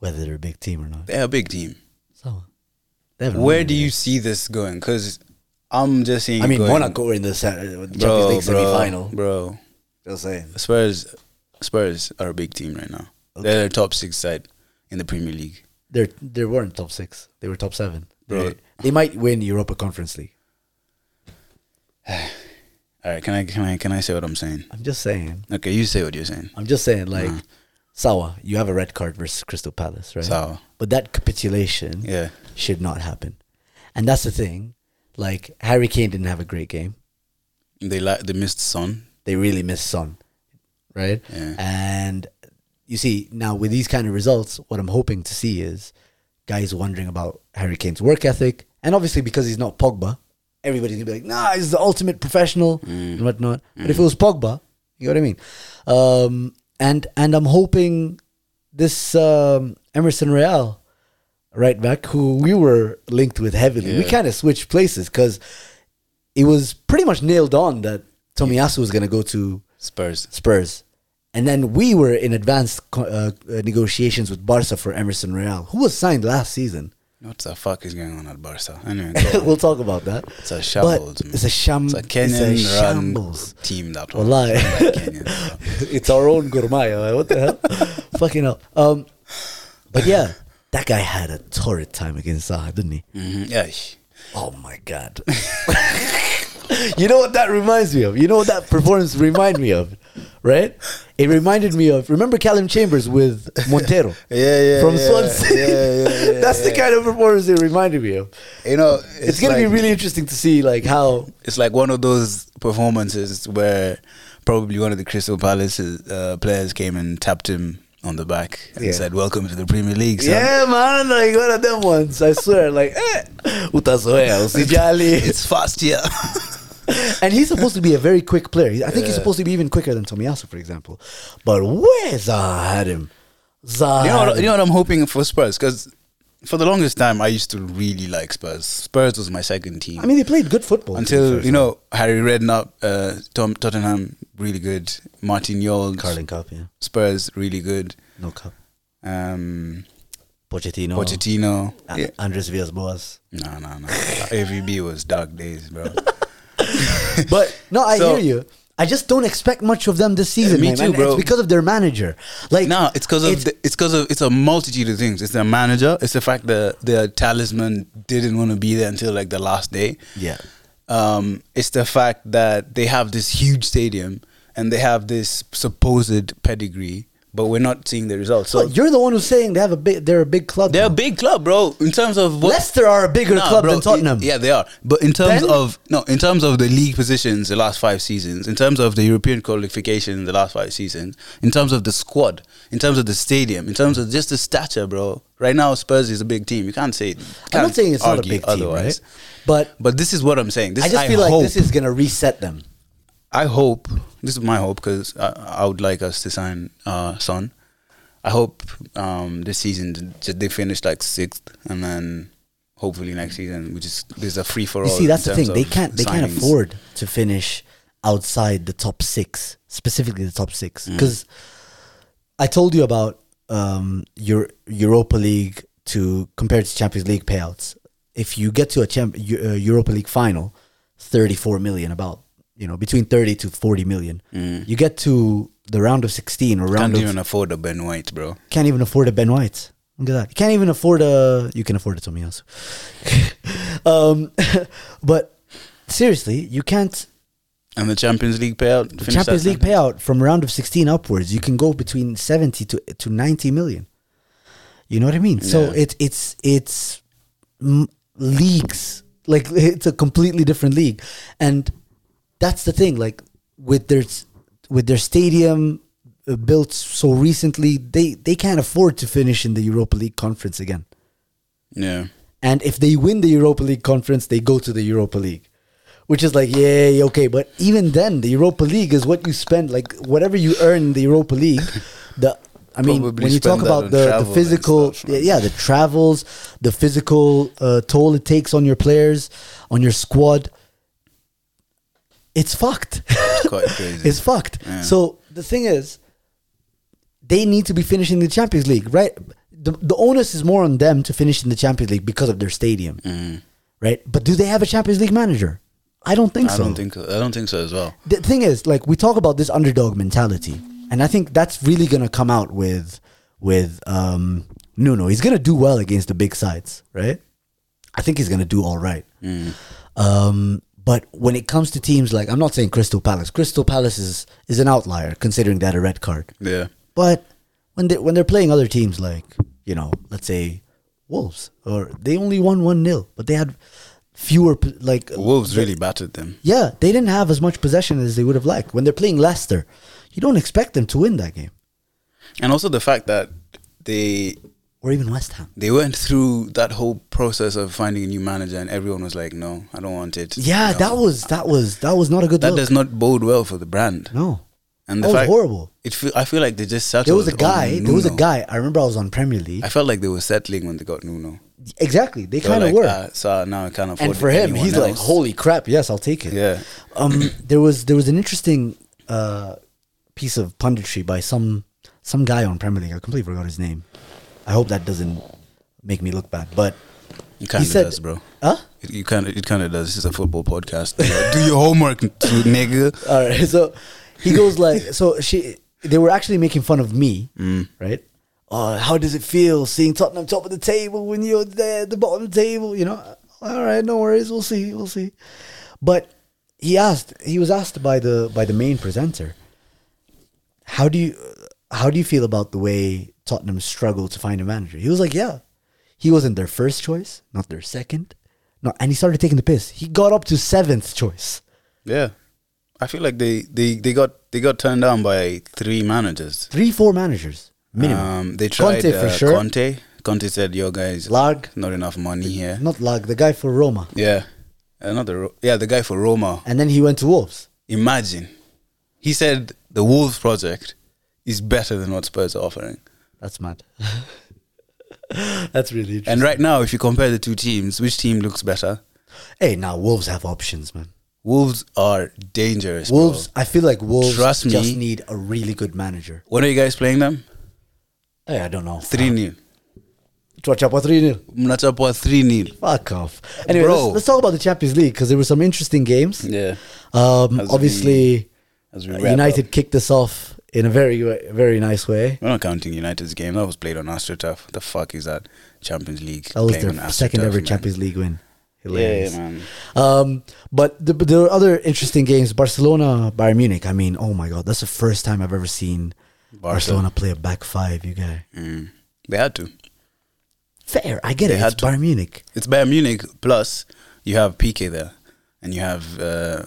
[SPEAKER 1] whether they're a big team or not.
[SPEAKER 2] they're a big team.
[SPEAKER 1] So, they haven't won
[SPEAKER 2] Where
[SPEAKER 1] it
[SPEAKER 2] do
[SPEAKER 1] yet.
[SPEAKER 2] you see this going? Because I'm just seeing.
[SPEAKER 1] I
[SPEAKER 2] it
[SPEAKER 1] mean,
[SPEAKER 2] going-
[SPEAKER 1] Monaco were in the se- uh, Champions
[SPEAKER 2] Bro,
[SPEAKER 1] League
[SPEAKER 2] bro,
[SPEAKER 1] semi-final.
[SPEAKER 2] bro.
[SPEAKER 1] Just saying.
[SPEAKER 2] Spurs, Spurs are a big team right now. They're a top six side in the Premier League.
[SPEAKER 1] They they weren't top six. They were top seven.
[SPEAKER 2] Bro.
[SPEAKER 1] They, they might win Europa Conference League.
[SPEAKER 2] All right, can I can I can I say what I'm saying?
[SPEAKER 1] I'm just saying.
[SPEAKER 2] Okay, you say what you're saying.
[SPEAKER 1] I'm just saying. Like Sawa, you have a red card versus Crystal Palace, right?
[SPEAKER 2] Sawa.
[SPEAKER 1] But that capitulation
[SPEAKER 2] Yeah.
[SPEAKER 1] should not happen. And that's the thing. Like Harry Kane didn't have a great game.
[SPEAKER 2] They la- they missed Son.
[SPEAKER 1] They really missed Son, right?
[SPEAKER 2] Yeah.
[SPEAKER 1] And you see now with these kind of results, what I'm hoping to see is guys wondering about Harry Kane's work ethic, and obviously because he's not Pogba, everybody's gonna be like, "Nah, he's the ultimate professional
[SPEAKER 2] Mm.
[SPEAKER 1] and whatnot." But if it was Pogba, you know what I mean. Um, and and I'm hoping this um, Emerson Real right back, who we were linked with heavily, we
[SPEAKER 2] Yeah.
[SPEAKER 1] kind of switched places because it was pretty much nailed on that Tomiyasu was gonna go to
[SPEAKER 2] Spurs.
[SPEAKER 1] Spurs. And then we were in advanced co- uh, uh, negotiations with Barca for Emerson Real, who was signed last season.
[SPEAKER 2] What the fuck is going on at Barca? Anyway, go on.
[SPEAKER 1] we'll talk about that.
[SPEAKER 2] it's a shambles.
[SPEAKER 1] But
[SPEAKER 2] man.
[SPEAKER 1] it's a sham.
[SPEAKER 2] It's a Kenyan
[SPEAKER 1] shambles.
[SPEAKER 2] run team that one.
[SPEAKER 1] Wallahi.
[SPEAKER 2] Kenyan, so.
[SPEAKER 1] it's our own gourmet. like, What the hell? Fucking up. Um, but yeah, that guy had a torrid time against Zaha, didn't he?
[SPEAKER 2] Mhm. Yeah. sh-
[SPEAKER 1] Oh my god. you know what that reminds me of? You know what that performance reminded me of? Right? It reminded me of remember Callum Chambers with Montero?
[SPEAKER 2] Yeah, yeah,
[SPEAKER 1] From
[SPEAKER 2] yeah,
[SPEAKER 1] Swansea.
[SPEAKER 2] yeah, yeah, yeah,
[SPEAKER 1] That's the kind of performance it reminded me of.
[SPEAKER 2] You know,
[SPEAKER 1] It's, gonna
[SPEAKER 2] like-
[SPEAKER 1] be really interesting to see like how
[SPEAKER 2] It's like one of those performances where probably one of the Crystal Palace uh, players came and tapped him on the back and
[SPEAKER 1] Yeah.
[SPEAKER 2] said, "Welcome to the Premier League." son."
[SPEAKER 1] Yeah man, like one of them ones, I swear, like eh utazoea, usijali.
[SPEAKER 2] it's fast, yeah.
[SPEAKER 1] and he's supposed to be a very quick player. He- I think he's supposed to be even quicker than Tomiyasu, for example. But where Zaha had him? Zaha
[SPEAKER 2] you know,
[SPEAKER 1] had him.
[SPEAKER 2] what, you know what I'm hoping for Spurs because for the longest time I used to really like Spurs. Spurs was my second team
[SPEAKER 1] I mean, they played good football
[SPEAKER 2] until you know Harry Redknapp, uh, Tom, Tottenham, really good. Martin Yols,
[SPEAKER 1] Carling Cup, yeah,
[SPEAKER 2] Spurs, really good.
[SPEAKER 1] no cup.
[SPEAKER 2] Um,
[SPEAKER 1] Pochettino,
[SPEAKER 2] Pochettino,
[SPEAKER 1] A-
[SPEAKER 2] yeah.
[SPEAKER 1] Andres Villas-Boas.
[SPEAKER 2] no, no, no. AVB was dark days, bro.
[SPEAKER 1] But no, I
[SPEAKER 2] So-
[SPEAKER 1] hear you. I just don't expect much of them this season.
[SPEAKER 2] me
[SPEAKER 1] man,
[SPEAKER 2] too,
[SPEAKER 1] and
[SPEAKER 2] bro.
[SPEAKER 1] It's because of their manager. Like
[SPEAKER 2] No, it's because of
[SPEAKER 1] It's-
[SPEAKER 2] the, it's because of it's a multitude of things. It's their manager. It's the fact that their talisman didn't want to be there until like the last day.
[SPEAKER 1] Yeah.
[SPEAKER 2] Um, it's the fact that they have this huge stadium and they have this supposed pedigree, but we're not seeing the results. So
[SPEAKER 1] Well, you're the one who's saying they have a big, they're a big club.
[SPEAKER 2] they're a
[SPEAKER 1] now.
[SPEAKER 2] big club, bro. In terms of what,
[SPEAKER 1] Leicester are a bigger
[SPEAKER 2] Nah,
[SPEAKER 1] club
[SPEAKER 2] bro,
[SPEAKER 1] than Tottenham.
[SPEAKER 2] it- yeah, they are. But in terms
[SPEAKER 1] Then-
[SPEAKER 2] of no, in terms of the league positions, the last five seasons, in terms of the European qualification, the last five seasons, in terms of the squad, in terms of the stadium, in terms of just the stature, bro. Right now, Spurs is a big team. You can't say.
[SPEAKER 1] I'm
[SPEAKER 2] can't
[SPEAKER 1] not saying it's not a
[SPEAKER 2] argue
[SPEAKER 1] big team, right?
[SPEAKER 2] otherwise.
[SPEAKER 1] But
[SPEAKER 2] But this is what I'm saying. This
[SPEAKER 1] I just feel like
[SPEAKER 2] hope,
[SPEAKER 1] this is gonna reset them.
[SPEAKER 2] I hope this is my hope because I, I would like us to sign uh, Son. I hope um, this season j- they finish like sixth, and then hopefully next season we just there's a free for all.
[SPEAKER 1] You see, that's the thing. They can't. They can't afford to finish outside the top six, specifically the top six,
[SPEAKER 2] Mm.
[SPEAKER 1] because I told you about um, your Europa League to compared to Champions League payouts. If you get to a champ, Eu- uh, Europa League final, thirty-four million, about you know between thirty to forty million. You get to the round of sixteen or round
[SPEAKER 2] Mm. Can't
[SPEAKER 1] of
[SPEAKER 2] even afford a Ben White, bro.
[SPEAKER 1] can't even afford a Ben White. Look at that. You can't even afford a. You can afford a Tomiyasu. um, but seriously, you can't.
[SPEAKER 2] And the Champions League payout.
[SPEAKER 1] The
[SPEAKER 2] finish
[SPEAKER 1] Champions
[SPEAKER 2] that
[SPEAKER 1] League
[SPEAKER 2] sentence.
[SPEAKER 1] payout from round of 16 upwards, you can go between 70 to, to 90 million. You know what I mean? So
[SPEAKER 2] Yeah.
[SPEAKER 1] it, it's it's m- leagues. Like it's a completely different league, and that's the thing. Like with their s- with their stadium uh, built so recently, they they can't afford to finish in the Europa League conference again.
[SPEAKER 2] Yeah.
[SPEAKER 1] And if they win the Europa League conference, they go to the Europa League, which is like, yay, okay. But even then, the Europa League is what you spend, like whatever you earn in the Europa League. The I mean,
[SPEAKER 2] Probably
[SPEAKER 1] when you talk
[SPEAKER 2] spend that
[SPEAKER 1] about
[SPEAKER 2] on
[SPEAKER 1] the,
[SPEAKER 2] travel
[SPEAKER 1] the
[SPEAKER 2] and
[SPEAKER 1] physical,
[SPEAKER 2] stuff, man.
[SPEAKER 1] yeah, the travels, the physical uh, toll it takes on your players, on your squad, it's fucked.
[SPEAKER 2] It's quite crazy.
[SPEAKER 1] It's fucked.
[SPEAKER 2] Yeah.
[SPEAKER 1] So the thing is, they need to be finishing the Champions League, right? The, the onus is more on them to finish in the Champions League because of their stadium,
[SPEAKER 2] Mm-hmm.
[SPEAKER 1] right? But do they have a Champions League manager? I don't think
[SPEAKER 2] I
[SPEAKER 1] so.
[SPEAKER 2] don't think. I don't think so as well.
[SPEAKER 1] the thing is, like we talk about this underdog mentality, and I think that's really gonna come out with with um, Nuno. He's gonna do well against the big sides, right? I think he's gonna do all right. Um, but when it comes to teams like I'm not saying Crystal Palace. Crystal Palace is is an outlier considering that a red card.
[SPEAKER 2] Yeah.
[SPEAKER 1] But when they when they're playing other teams like you know, let's say Wolves, or they only won one 0 but they had fewer p- like
[SPEAKER 2] Wolves really battered them.
[SPEAKER 1] yeah, they didn't have as much possession as they would have liked when they're playing Leicester. You don't expect them to win that game,
[SPEAKER 2] And also the fact that they
[SPEAKER 1] or even West Ham.
[SPEAKER 2] they went through that whole process of finding a new manager and everyone was like, No, I don't want it.
[SPEAKER 1] Yeah,
[SPEAKER 2] No.
[SPEAKER 1] that was that was that was not a good
[SPEAKER 2] that
[SPEAKER 1] look.
[SPEAKER 2] does not bode well for the brand.
[SPEAKER 1] no,
[SPEAKER 2] And
[SPEAKER 1] that
[SPEAKER 2] the
[SPEAKER 1] was
[SPEAKER 2] fact
[SPEAKER 1] horrible.
[SPEAKER 2] it feel, I feel like they just settled.
[SPEAKER 1] There was a
[SPEAKER 2] on
[SPEAKER 1] guy. There was a
[SPEAKER 2] Nuno.
[SPEAKER 1] guy. I remember I was on Premier League.
[SPEAKER 2] I felt like they were settling when they got Nuno.
[SPEAKER 1] exactly, they
[SPEAKER 2] They were
[SPEAKER 1] kind of
[SPEAKER 2] like,
[SPEAKER 1] were.
[SPEAKER 2] "Ah, so now I can't afford.
[SPEAKER 1] and for him,
[SPEAKER 2] anyone
[SPEAKER 1] he's like,
[SPEAKER 2] else."
[SPEAKER 1] "Holy crap! Yes, I'll take it."
[SPEAKER 2] Yeah.
[SPEAKER 1] Um, there was there was an interesting uh, piece of punditry by some some guy on Premier League. I completely forgot his name. I hope that doesn't make me look bad. But
[SPEAKER 2] You kind of
[SPEAKER 1] said-
[SPEAKER 2] does, bro.
[SPEAKER 1] huh?
[SPEAKER 2] It, you kind of, it kind of does. This is a football podcast. Do your homework, n- nigga.
[SPEAKER 1] All right. So he goes like, so she, they were actually making fun of me, right? Uh, how does it feel seeing Tottenham top of the table when you're there at the bottom of the table? You know, all right, no worries. We'll see. We'll see. But he asked, he was asked by the, by the main presenter, how do you, how do you feel about the way Tottenham struggled to find a manager? He was like, yeah, he wasn't their first choice, not their second. No, and he started taking the piss. He got up to seventh choice.
[SPEAKER 2] Yeah, I feel like they, they, they got they got turned down by three managers.
[SPEAKER 1] three, four managers minimum.
[SPEAKER 2] Um, they tried
[SPEAKER 1] Conte for
[SPEAKER 2] uh,
[SPEAKER 1] sure.
[SPEAKER 2] Conte. Conte said, "Yo guys,
[SPEAKER 1] Lag,
[SPEAKER 2] not enough money here."
[SPEAKER 1] not Lag, the guy for Roma,
[SPEAKER 2] Yeah, another. Ro- Yeah, the guy for Roma.
[SPEAKER 1] and then he went to Wolves.
[SPEAKER 2] Imagine. He said the Wolves project is better than what Spurs are offering.
[SPEAKER 1] That's mad. That's really interesting.
[SPEAKER 2] And right now, if you compare the two teams, which team looks better?
[SPEAKER 1] hey, now Wolves have options, man.
[SPEAKER 2] Wolves are dangerous. bro.
[SPEAKER 1] Wolves, I feel like Wolves
[SPEAKER 2] Trust me.
[SPEAKER 1] just need a really good manager.
[SPEAKER 2] When are you guys playing them?
[SPEAKER 1] Hey, I don't know.
[SPEAKER 2] 3 0.
[SPEAKER 1] Chwachapa three nil.
[SPEAKER 2] Mnachapwa 3 0.
[SPEAKER 1] Fuck off. Anyway,
[SPEAKER 2] Bro.
[SPEAKER 1] let's, let's talk about the Champions League because there were some interesting games.
[SPEAKER 2] Yeah.
[SPEAKER 1] Um,
[SPEAKER 2] As
[SPEAKER 1] obviously,
[SPEAKER 2] As we wrap
[SPEAKER 1] United
[SPEAKER 2] up.
[SPEAKER 1] kicked us off in a very, very nice way.
[SPEAKER 2] We're not counting United's game. That was played on AstroTurf. The fuch is that? Champions League.
[SPEAKER 1] That was
[SPEAKER 2] playing
[SPEAKER 1] their
[SPEAKER 2] on
[SPEAKER 1] second
[SPEAKER 2] AstroTurf,
[SPEAKER 1] ever
[SPEAKER 2] man.
[SPEAKER 1] Champions League win.
[SPEAKER 2] Yeah,
[SPEAKER 1] Hilarious.
[SPEAKER 2] man.
[SPEAKER 1] Um, but the, but there were other interesting games. Barcelona, Bayern Munich. I mean, oh my god, that's the first time I've ever seen Barcelona
[SPEAKER 2] Barcelona.
[SPEAKER 1] play a back five. You guys,
[SPEAKER 2] Mm. They had to.
[SPEAKER 1] fair. I get
[SPEAKER 2] They
[SPEAKER 1] it.
[SPEAKER 2] had
[SPEAKER 1] It's
[SPEAKER 2] to.
[SPEAKER 1] Bayern Munich.
[SPEAKER 2] It's Bayern Munich. Plus, you have PK there, and you have uh,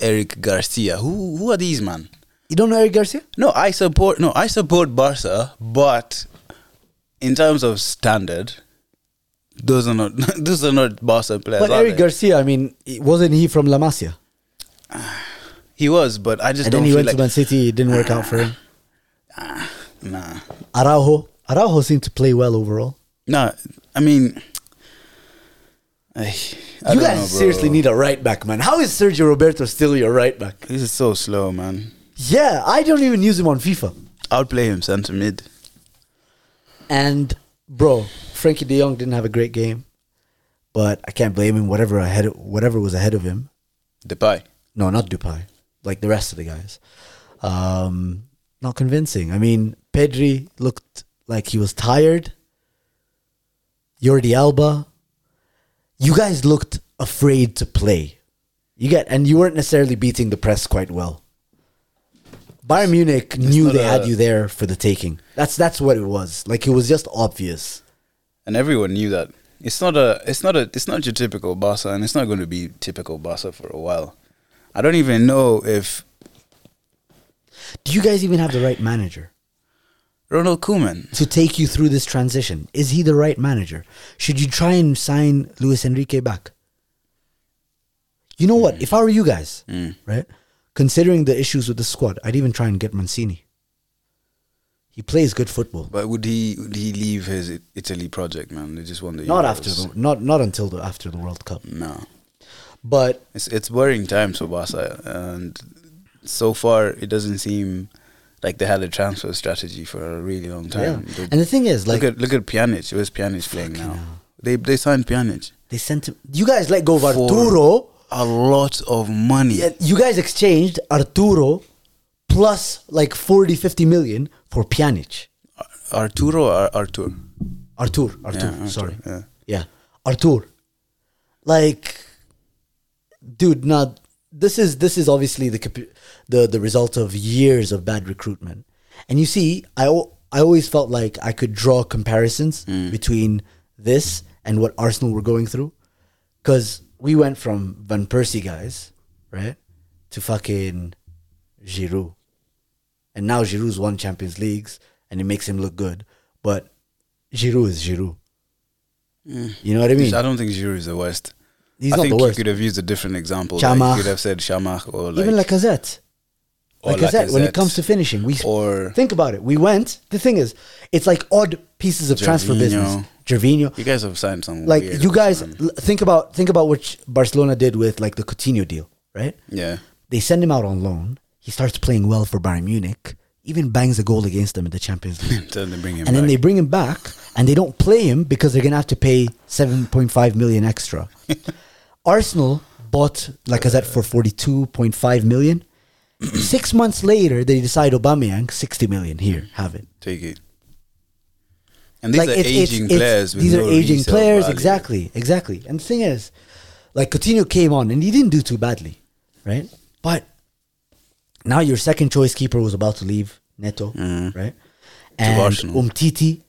[SPEAKER 2] Eric Garcia. Who who are these man?
[SPEAKER 1] You don't know Eric Garcia?
[SPEAKER 2] No, I support. No, I support Barca, but in terms of standard, those are not those are not Barca players.
[SPEAKER 1] but
[SPEAKER 2] are
[SPEAKER 1] Eric
[SPEAKER 2] they?
[SPEAKER 1] Garcia, I mean, i- wasn't he from La Masia?
[SPEAKER 2] he was, but I just
[SPEAKER 1] And
[SPEAKER 2] don't
[SPEAKER 1] then he
[SPEAKER 2] feel
[SPEAKER 1] went
[SPEAKER 2] like
[SPEAKER 1] to Man City. It didn't work out for him.
[SPEAKER 2] nah,
[SPEAKER 1] Araujo, Araujo seemed to play well overall.
[SPEAKER 2] nah. I mean, I, I
[SPEAKER 1] you
[SPEAKER 2] don't
[SPEAKER 1] guys
[SPEAKER 2] know, bro.
[SPEAKER 1] seriously need a right back, man. How is Sergio Roberto still your right back?
[SPEAKER 2] This is so slow, man.
[SPEAKER 1] Yeah, I don't even use him on FIFA.
[SPEAKER 2] I'll play him centre mid.
[SPEAKER 1] And bro, Frankie De Jong didn't have a great game, but I can't blame him. Whatever ahead, whatever was ahead of him.
[SPEAKER 2] Depay.
[SPEAKER 1] No, not Dupai. Like the rest of the guys, um, not convincing. I mean, Pedri looked like he was tired. Jordi Alba, you guys looked afraid to play. You get, and you weren't necessarily beating the press quite well. Bayern Munich knew
[SPEAKER 2] not
[SPEAKER 1] they
[SPEAKER 2] a-
[SPEAKER 1] had you there for the taking. That's that's what it was. Like it was just obvious.
[SPEAKER 2] and everyone knew that. It's not a, it's not a, it's not your typical Barca, and it's not going to be typical Barca for a while. I don't even know if
[SPEAKER 1] Do you guys even have the right manager
[SPEAKER 2] Ronald Koeman.
[SPEAKER 1] to take you through this transition? Is he the right manager? Should you try and sign Luis Enrique back? You know
[SPEAKER 2] Mm.
[SPEAKER 1] what? If I were you guys, right, considering the issues with the squad, I'd even try and get Mancini. He plays good football.
[SPEAKER 2] But would he, would he leave his I- Italy project, man? They just won the
[SPEAKER 1] Not
[SPEAKER 2] Euros.
[SPEAKER 1] after the not not until the after the World Cup.
[SPEAKER 2] no.
[SPEAKER 1] But
[SPEAKER 2] It's it's worrying times for Barca, and so far it doesn't seem like they had a transfer strategy for a really long time.
[SPEAKER 1] yeah.
[SPEAKER 2] They-
[SPEAKER 1] And the thing is, like
[SPEAKER 2] look at look at Pjanic. Where's Pjanic playing now? They they signed Pjanic
[SPEAKER 1] they sent him you guys let go of
[SPEAKER 2] For-
[SPEAKER 1] Arturo.
[SPEAKER 2] a lot of money.
[SPEAKER 1] Yeah, you guys exchanged Arturo plus like 40, 50 million for Pjanic.
[SPEAKER 2] Arturo or Artur?
[SPEAKER 1] Artur, Artur,
[SPEAKER 2] Yeah, Artur,
[SPEAKER 1] sorry.
[SPEAKER 2] yeah.
[SPEAKER 1] Yeah. Artur. Like dude, now this is this is obviously the cap- the the result of years of bad recruitment. And you see, I al- I always felt like I could draw comparisons
[SPEAKER 2] Mm.
[SPEAKER 1] between this and what Arsenal were going through, because we went from Van Persie guys, right, to fucking Giroud, and now Giroud's won Champions Leagues, and it makes him look good, but Giroud is Giroud.
[SPEAKER 2] Mm.
[SPEAKER 1] You know what I mean?
[SPEAKER 2] I don't think Giroud is the worst.
[SPEAKER 1] He's
[SPEAKER 2] I
[SPEAKER 1] not
[SPEAKER 2] think
[SPEAKER 1] the worst.
[SPEAKER 2] you could have used a different example. Like
[SPEAKER 1] Chamach.
[SPEAKER 2] you could have said Shamach or like,
[SPEAKER 1] Even Lacazette.
[SPEAKER 2] Or
[SPEAKER 1] Lacazette, when it
[SPEAKER 2] Lacazette.
[SPEAKER 1] comes to finishing, we
[SPEAKER 2] Or-
[SPEAKER 1] think about it. We went. The thing is, it's like odd pieces of transfer business.
[SPEAKER 2] Gervinho.
[SPEAKER 1] Gervinho.
[SPEAKER 2] you guys have signed some
[SPEAKER 1] Like
[SPEAKER 2] weird
[SPEAKER 1] you guys
[SPEAKER 2] man.
[SPEAKER 1] l- think about think about what Barcelona did with like the Coutinho deal, right?
[SPEAKER 2] Yeah.
[SPEAKER 1] They send him out on loan. He starts playing well for Bayern Munich. Even bangs a goal against them in the Champions League.
[SPEAKER 2] Then they bring him
[SPEAKER 1] and then
[SPEAKER 2] back.
[SPEAKER 1] they bring him back and they don't play him because they're going to have to pay 7.5 million extra arsenal bought lacazette for 42.5 million six months later they decide obameyang 60 million here have it
[SPEAKER 2] Take it. And these are
[SPEAKER 1] it's- it's-
[SPEAKER 2] aging
[SPEAKER 1] it's-
[SPEAKER 2] players. with
[SPEAKER 1] These
[SPEAKER 2] no
[SPEAKER 1] are aging
[SPEAKER 2] resale
[SPEAKER 1] players,
[SPEAKER 2] value.
[SPEAKER 1] exactly, exactly. And the thing is, like Coutinho came on and he didn't do too badly, right? But now your second choice keeper was about to leave, Neto, right? And
[SPEAKER 2] Mm. Arsenal.
[SPEAKER 1] Umtiti,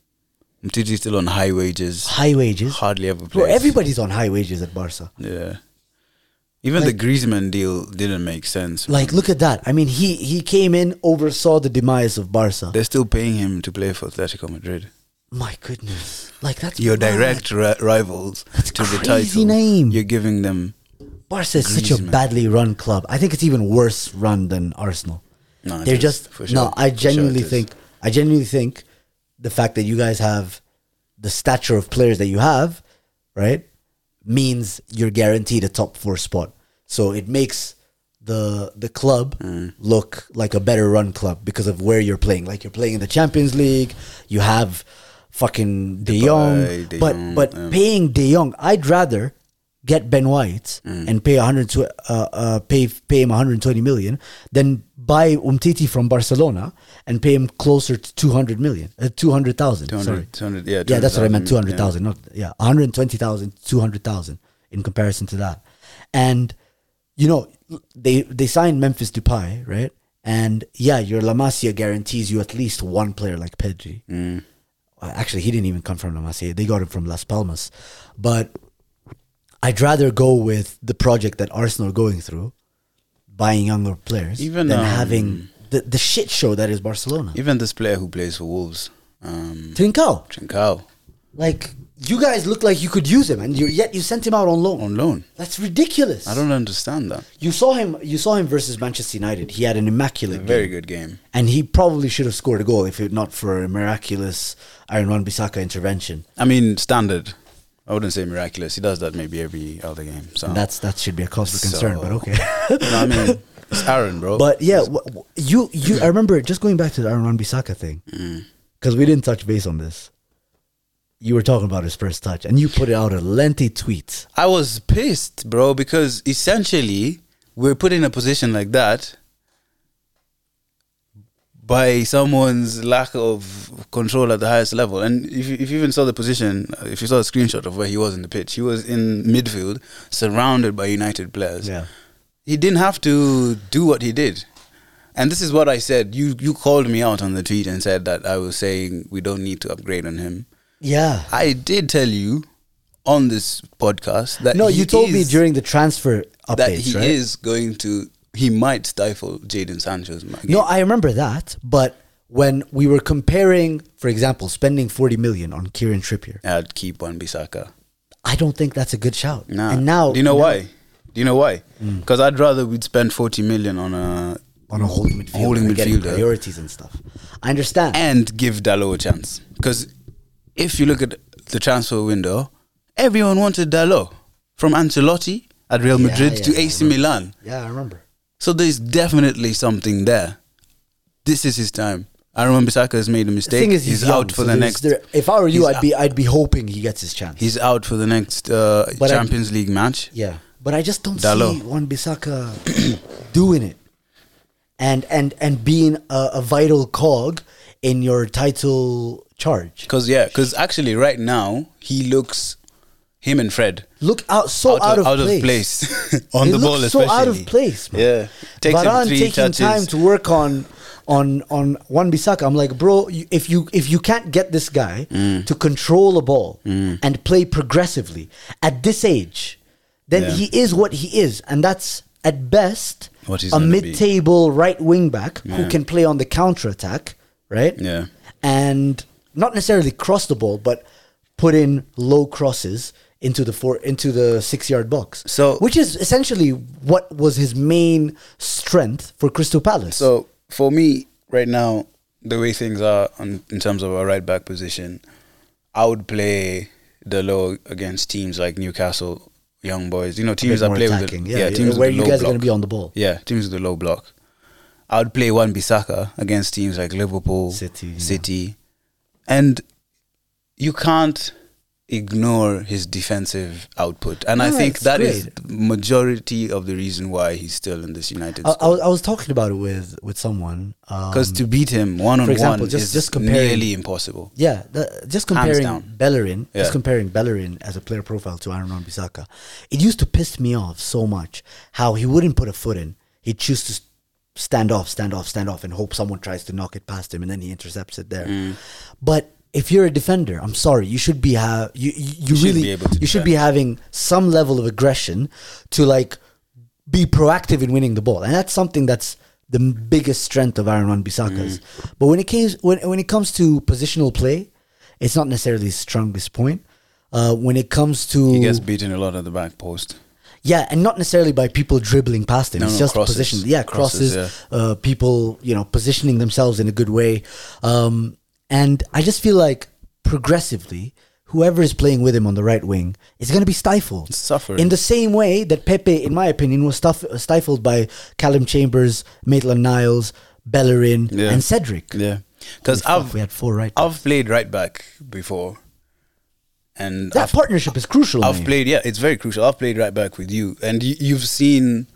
[SPEAKER 2] Mtiti's still on high wages.
[SPEAKER 1] high wages.
[SPEAKER 2] Hardly ever
[SPEAKER 1] Bro,
[SPEAKER 2] plays.
[SPEAKER 1] everybody's on high wages at Barca.
[SPEAKER 2] Yeah. Even the Griezmann deal didn't make sense.
[SPEAKER 1] Like, look at that. I mean, he he came in, oversaw the demise of Barca.
[SPEAKER 2] They're still paying him to play for Atletico Madrid.
[SPEAKER 1] My goodness, like that's
[SPEAKER 2] Your
[SPEAKER 1] mad.
[SPEAKER 2] direct ri- rivals to the
[SPEAKER 1] crazy
[SPEAKER 2] title.
[SPEAKER 1] name.
[SPEAKER 2] You're giving them.
[SPEAKER 1] Barca is such a
[SPEAKER 2] Griezmann.
[SPEAKER 1] badly run club. I think it's even worse run than Arsenal.
[SPEAKER 2] No, it
[SPEAKER 1] They're
[SPEAKER 2] is,
[SPEAKER 1] just
[SPEAKER 2] for
[SPEAKER 1] no.
[SPEAKER 2] sure,
[SPEAKER 1] I
[SPEAKER 2] for sure
[SPEAKER 1] genuinely
[SPEAKER 2] it is.
[SPEAKER 1] think I genuinely think the fact that you guys have the stature of players that you have, right, means you're guaranteed a top four spot. So it makes the the club
[SPEAKER 2] Mm.
[SPEAKER 1] look like a better run club because of where you're playing. Like you're playing in the Champions League, you have fucking De Jong,
[SPEAKER 2] Depay, De
[SPEAKER 1] but
[SPEAKER 2] Jong,
[SPEAKER 1] but
[SPEAKER 2] yeah.
[SPEAKER 1] paying De Jong, I'd rather get Ben White and pay 120, uh, uh, pay pay him 120 million than buy Umtiti from Barcelona and pay him closer to 200 million, uh, 200,000.
[SPEAKER 2] 200
[SPEAKER 1] sorry.
[SPEAKER 2] 200 yeah,
[SPEAKER 1] yeah, that's what I meant, 200,000,
[SPEAKER 2] 200,000,
[SPEAKER 1] not yeah, 120,000, 200,000 in comparison to that. And you know, they they signed Memphis Depay, right? And yeah, your La Masia guarantees you at least one player like Pedri.
[SPEAKER 2] Mm.
[SPEAKER 1] Uh, Actually, he didn't even come from La Masia. They got him from Las Palmas. But I'd rather go with the project that Arsenal are going through, buying younger players,
[SPEAKER 2] Even,
[SPEAKER 1] than
[SPEAKER 2] um,
[SPEAKER 1] having the, the shit show that is Barcelona.
[SPEAKER 2] Even this player who plays for Wolves, um,
[SPEAKER 1] Trincao,
[SPEAKER 2] Trincao,
[SPEAKER 1] like you guys look like you could use him, and you yet you sent him out on loan.
[SPEAKER 2] on loan.
[SPEAKER 1] That's ridiculous.
[SPEAKER 2] I don't understand that.
[SPEAKER 1] You saw him. You saw him versus Manchester United. He had an immaculate
[SPEAKER 2] Very
[SPEAKER 1] game,
[SPEAKER 2] good game.
[SPEAKER 1] and he probably should have scored a goal if it not for a miraculous Aaron Wan-Bissaka intervention.
[SPEAKER 2] I mean, standard. I wouldn't say miraculous. He does that maybe every other game. So
[SPEAKER 1] That's that should be a cause for concern,
[SPEAKER 2] So-
[SPEAKER 1] but okay.
[SPEAKER 2] you know what I mean, it's Aaron, bro.
[SPEAKER 1] But yeah, w- w- you you I remember just going back to the Aaron Wan-Bissaka thing
[SPEAKER 2] Mm.
[SPEAKER 1] because we didn't touch base on this. You were talking about his first touch, and you put out a lengthy tweet.
[SPEAKER 2] I was pissed, bro, because essentially we're put in a position like that by someone's lack of control at the highest level. And if you, if you even saw the position, uh, if you saw a screenshot of where he was in the pitch, he was in midfield, surrounded by United players.
[SPEAKER 1] Yeah.
[SPEAKER 2] He didn't have to do what he did. And this is what I said. You you called me out on the tweet and said that I was saying we don't need to upgrade on him.
[SPEAKER 1] Yeah.
[SPEAKER 2] I did tell you on this podcast that
[SPEAKER 1] No,
[SPEAKER 2] he
[SPEAKER 1] you told me
[SPEAKER 2] is-
[SPEAKER 1] during the transfer updates,
[SPEAKER 2] that he
[SPEAKER 1] right?
[SPEAKER 2] is going to he might stifle Jaden Sancho's ma- game.
[SPEAKER 1] No, I remember that, but when we were comparing, for example, spending 40 million on Kieran Trippier,
[SPEAKER 2] I'd keep on Bisaka.
[SPEAKER 1] I don't think that's a good shout.
[SPEAKER 2] Nah.
[SPEAKER 1] And now
[SPEAKER 2] do you know
[SPEAKER 1] now- Mm.
[SPEAKER 2] why? Do you know why? Because I'd rather we'd spend forty million on a
[SPEAKER 1] on a holding midfielder,
[SPEAKER 2] Holding
[SPEAKER 1] and getting
[SPEAKER 2] midfielder.
[SPEAKER 1] priorities and stuff. I understand.
[SPEAKER 2] and give Dalot a chance. Because if you look at the transfer window, everyone wanted Dalot from Ancelotti at Real
[SPEAKER 1] Yeah,
[SPEAKER 2] Madrid
[SPEAKER 1] yeah,
[SPEAKER 2] to AC Milan.
[SPEAKER 1] yeah, I remember.
[SPEAKER 2] So there's definitely something there. This is his time. I remember Saka has made a
[SPEAKER 1] The
[SPEAKER 2] mistake.
[SPEAKER 1] thing is,
[SPEAKER 2] he's,
[SPEAKER 1] he's, young,
[SPEAKER 2] out for
[SPEAKER 1] so
[SPEAKER 2] the
[SPEAKER 1] there's-
[SPEAKER 2] next.
[SPEAKER 1] there- if I were you,
[SPEAKER 2] he's
[SPEAKER 1] I'd be I'd be hoping he gets his chance.
[SPEAKER 2] He's out for the next uh,
[SPEAKER 1] But I-
[SPEAKER 2] Champions League match.
[SPEAKER 1] Yeah, but I just don't see
[SPEAKER 2] Dalot.
[SPEAKER 1] Juan Bissaka doing it, and and and being a, a vital cog in your title charge.
[SPEAKER 2] Because yeah, because actually right now he looks him and Fred
[SPEAKER 1] Look out, so out, of, place.
[SPEAKER 2] on
[SPEAKER 1] They
[SPEAKER 2] the
[SPEAKER 1] look
[SPEAKER 2] ball,
[SPEAKER 1] so
[SPEAKER 2] especially
[SPEAKER 1] out of place, man.
[SPEAKER 2] Yeah, takes him
[SPEAKER 1] Varane
[SPEAKER 2] three
[SPEAKER 1] taking
[SPEAKER 2] touches.
[SPEAKER 1] time to work on on on Wan Bissaka. I'm like, bro, you- if you if you can't get this guy
[SPEAKER 2] Mm.
[SPEAKER 1] to control a ball and play progressively at this age, then
[SPEAKER 2] Yeah.
[SPEAKER 1] he is what he is, and that's at best
[SPEAKER 2] What he's
[SPEAKER 1] a
[SPEAKER 2] gonna be.
[SPEAKER 1] mid-table right wing back who
[SPEAKER 2] Yeah.
[SPEAKER 1] can play on the counter attack, right?
[SPEAKER 2] Yeah.
[SPEAKER 1] and not necessarily cross the ball, but put in low crosses into the four into the six yard box.
[SPEAKER 2] So-
[SPEAKER 1] which is essentially what was his main strength for Crystal Palace.
[SPEAKER 2] So for me, right now, the way things are on, in terms of our right back position, I would play Delo against teams like Newcastle, Young Boys. You know, teams that
[SPEAKER 1] more
[SPEAKER 2] play with the,
[SPEAKER 1] attacking,
[SPEAKER 2] yeah,
[SPEAKER 1] yeah, yeah,
[SPEAKER 2] teams with
[SPEAKER 1] where
[SPEAKER 2] the
[SPEAKER 1] you
[SPEAKER 2] low
[SPEAKER 1] guys are
[SPEAKER 2] block.
[SPEAKER 1] gonna be on the ball.
[SPEAKER 2] Yeah, teams with the low block. I would play one Bissaka against teams like Liverpool,
[SPEAKER 1] City, yeah.
[SPEAKER 2] City, and you can't ignore his defensive output. And I
[SPEAKER 1] No,
[SPEAKER 2] think
[SPEAKER 1] it's
[SPEAKER 2] that is
[SPEAKER 1] great.
[SPEAKER 2] the majority of the reason why he's still in this United.
[SPEAKER 1] I, I,
[SPEAKER 2] squad.
[SPEAKER 1] was, I was talking about it with with someone. Um,
[SPEAKER 2] Because to beat him one on
[SPEAKER 1] example,
[SPEAKER 2] one
[SPEAKER 1] just-
[SPEAKER 2] is
[SPEAKER 1] just comparing-
[SPEAKER 2] nearly impossible.
[SPEAKER 1] yeah, the, just
[SPEAKER 2] down.
[SPEAKER 1] comparing Bellerin, just
[SPEAKER 2] Yeah.
[SPEAKER 1] comparing Bellerin as a player profile to Aaron Bissaka, it used to piss me off so much how he wouldn't put a foot in. He'd choose to s- stand off, stand off, stand off, and hope someone tries to knock it past him, and then he intercepts it there.
[SPEAKER 2] Mm.
[SPEAKER 1] But if you're a defender, I'm sorry, you should be ha- you you, you,
[SPEAKER 2] should
[SPEAKER 1] really
[SPEAKER 2] be able to
[SPEAKER 1] you should be having some level of aggression to like be proactive in winning the ball, and that's something that's the m- biggest strength of Aaron Wan-Bissaka's.
[SPEAKER 2] Mm.
[SPEAKER 1] But when it comes when when it comes to positional play, it's not necessarily his strongest point. Uh, when it comes to
[SPEAKER 2] He gets beaten a lot at the back post.
[SPEAKER 1] yeah, and not necessarily by people dribbling past him.
[SPEAKER 2] No,
[SPEAKER 1] it's
[SPEAKER 2] no,
[SPEAKER 1] just
[SPEAKER 2] crosses.
[SPEAKER 1] position. Yeah, crosses.
[SPEAKER 2] Crosses,
[SPEAKER 1] Uh, people, you know, positioning themselves in a good way. Um, and I just feel like progressively, whoever is playing with him on the right wing is going to be stifled.
[SPEAKER 2] Suffering.
[SPEAKER 1] In the same way that Pepe, in my opinion, was stuff, stifled by Callum Chambers, Maitland Niles, Bellerin,
[SPEAKER 2] Yeah.
[SPEAKER 1] and Cedric.
[SPEAKER 2] Yeah, because
[SPEAKER 1] Fuck,
[SPEAKER 2] I've
[SPEAKER 1] we had four right.
[SPEAKER 2] I've played right back before, and
[SPEAKER 1] that
[SPEAKER 2] I've,
[SPEAKER 1] partnership is crucial.
[SPEAKER 2] I've
[SPEAKER 1] mate.
[SPEAKER 2] played. Yeah, it's very crucial. I've played right back with you, and you, you've seen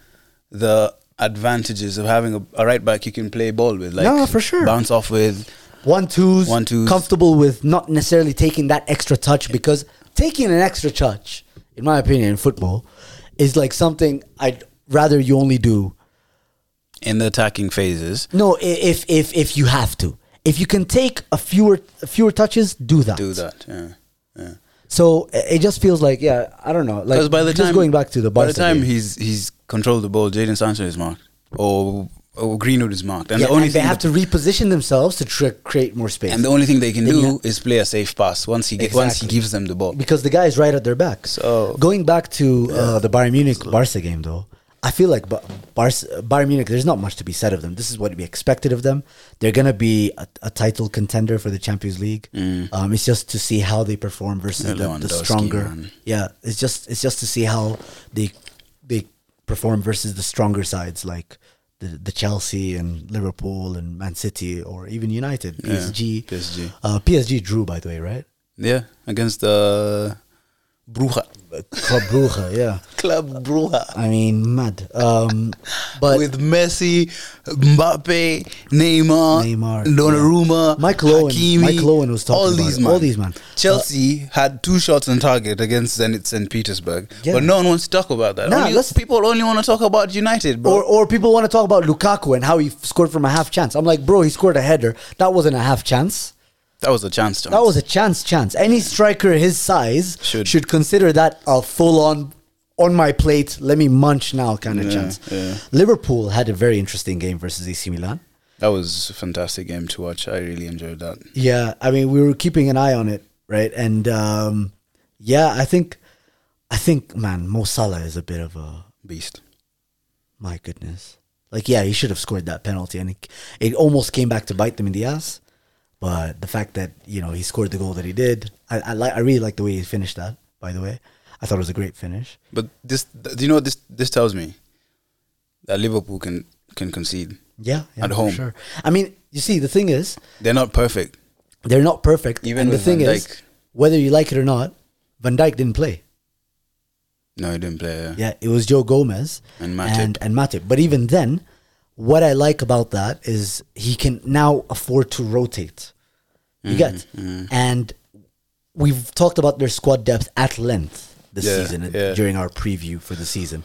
[SPEAKER 2] the advantages of having a, a right back you can play ball with. Like
[SPEAKER 1] No, for sure.
[SPEAKER 2] bounce off with.
[SPEAKER 1] one twos,
[SPEAKER 2] One twos.
[SPEAKER 1] comfortable with not necessarily taking that extra touch because taking an extra touch, in my opinion, in football, is like something I'd rather you only do.
[SPEAKER 2] In the attacking phases,
[SPEAKER 1] No, i- if if if you have to, if you can take a fewer fewer touches, do that.
[SPEAKER 2] do that. Yeah, yeah.
[SPEAKER 1] So i- it just feels like yeah, I don't know. Like
[SPEAKER 2] Because by the
[SPEAKER 1] just
[SPEAKER 2] time
[SPEAKER 1] going back to the
[SPEAKER 2] by the
[SPEAKER 1] Barca
[SPEAKER 2] time
[SPEAKER 1] game.
[SPEAKER 2] he's he's controlled the ball, Jaden Sancho is marked, or or Greenwood is marked, and
[SPEAKER 1] yeah,
[SPEAKER 2] the only
[SPEAKER 1] and they
[SPEAKER 2] thing
[SPEAKER 1] have
[SPEAKER 2] that-
[SPEAKER 1] to reposition themselves to tr- create more space
[SPEAKER 2] and the only thing they can
[SPEAKER 1] Then you
[SPEAKER 2] do is play a safe pass once he get, once he
[SPEAKER 1] Exactly.
[SPEAKER 2] gives them the ball.
[SPEAKER 1] because the guy is right at their back.
[SPEAKER 2] So-
[SPEAKER 1] going back to uh, the Bayern Munich Barca game, though, I feel like Ba- Barca, Bayern Munich. There's not much to be said of them. This is what we expected of them. They're gonna be a, a title contender for the Champions League. Um, it's just to see how they perform versus the, the
[SPEAKER 2] Mm. Lewandowski,
[SPEAKER 1] stronger.
[SPEAKER 2] man.
[SPEAKER 1] Yeah, it's just it's just to see how they they perform versus the stronger sides like. The, the Chelsea and Liverpool and Man City or even United PSG
[SPEAKER 2] PSG.
[SPEAKER 1] uh, PSG drew by the way right
[SPEAKER 2] Yeah, against the Bruja
[SPEAKER 1] Club Brugge yeah
[SPEAKER 2] Club Bruja
[SPEAKER 1] I mean, mad. Um, but
[SPEAKER 2] with Messi, Mbappe, Neymar,
[SPEAKER 1] Neymar,
[SPEAKER 2] Donnarumma,
[SPEAKER 1] Michael Owen-
[SPEAKER 2] Hakimi,
[SPEAKER 1] Michael Owen was talking
[SPEAKER 2] all
[SPEAKER 1] about
[SPEAKER 2] these
[SPEAKER 1] it,
[SPEAKER 2] man.
[SPEAKER 1] all these man.
[SPEAKER 2] Chelsea had two shots on target against Zenit St Petersburg,
[SPEAKER 1] Yeah.
[SPEAKER 2] but no one wants to talk about that.
[SPEAKER 1] Nah,
[SPEAKER 2] Only-
[SPEAKER 1] let's-
[SPEAKER 2] people only want to talk about United, bro.
[SPEAKER 1] or or people want to talk about Lukaku and how he f- scored from a half chance. I'm like, bro, he scored a header. That wasn't a half chance.
[SPEAKER 2] that was a chance. John.
[SPEAKER 1] That was a chance. Chance. Any striker his size should,
[SPEAKER 2] Should.
[SPEAKER 1] consider that a full on. On my plate, let me munch now, kind of
[SPEAKER 2] Yeah,
[SPEAKER 1] chance.
[SPEAKER 2] yeah.
[SPEAKER 1] Liverpool had a very interesting game versus AC Milan.
[SPEAKER 2] That was a fantastic game to watch. I really enjoyed that.
[SPEAKER 1] Yeah, I mean, we were keeping an eye on it, right? And um, yeah, I think, I think, man, Mo Salah is a bit of a
[SPEAKER 2] Beast.
[SPEAKER 1] My goodness. Like, yeah, he should have scored that penalty, and it, it almost came back to bite them in the ass. But the fact that you know he scored the goal that he did, I I, li- I really like the way he finished that. By the way, I thought it was a great finish.
[SPEAKER 2] But this, th- do you know what this this tells me? That Liverpool can can concede.
[SPEAKER 1] Yeah, yeah
[SPEAKER 2] At
[SPEAKER 1] for
[SPEAKER 2] home.
[SPEAKER 1] Sure. I mean, you see, the thing is,
[SPEAKER 2] They're not perfect.
[SPEAKER 1] they're not perfect.
[SPEAKER 2] Even
[SPEAKER 1] and the
[SPEAKER 2] with
[SPEAKER 1] thing
[SPEAKER 2] Van
[SPEAKER 1] is,
[SPEAKER 2] Dijk.
[SPEAKER 1] whether you like it or not, Van Dijk didn't play.
[SPEAKER 2] No, he didn't play. Yeah.
[SPEAKER 1] Yeah, it was Joe Gomez
[SPEAKER 2] And Matip.
[SPEAKER 1] and and Matip. But even then, what I like about that is he can now afford to rotate.
[SPEAKER 2] Mm-hmm,
[SPEAKER 1] You get, and we've talked about their squad depth at length this
[SPEAKER 2] Yeah,
[SPEAKER 1] season
[SPEAKER 2] yeah.
[SPEAKER 1] during our preview for the season.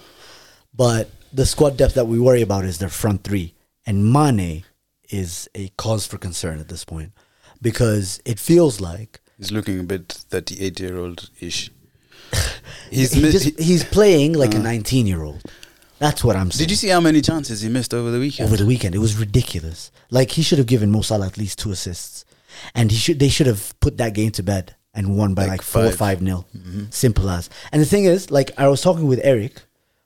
[SPEAKER 1] But the squad depth that we worry about is their front three, and Mane is a cause for concern at this point because it feels like
[SPEAKER 2] He's looking a bit 38 year old ish. He's
[SPEAKER 1] he
[SPEAKER 2] mi-
[SPEAKER 1] just,
[SPEAKER 2] he- Uh-huh.
[SPEAKER 1] he's playing like a 19 year old. That's what I'm saying.
[SPEAKER 2] Did you see how many chances he missed over the weekend?
[SPEAKER 1] over the weekend. It was ridiculous. Like he should have given Mo Salah at least two assists, and he should they should have put that game to bed and won by like,
[SPEAKER 2] Like
[SPEAKER 1] four or
[SPEAKER 2] five. Mm-hmm.
[SPEAKER 1] five nil. Simple as. And the thing is, like I was talking with Eric,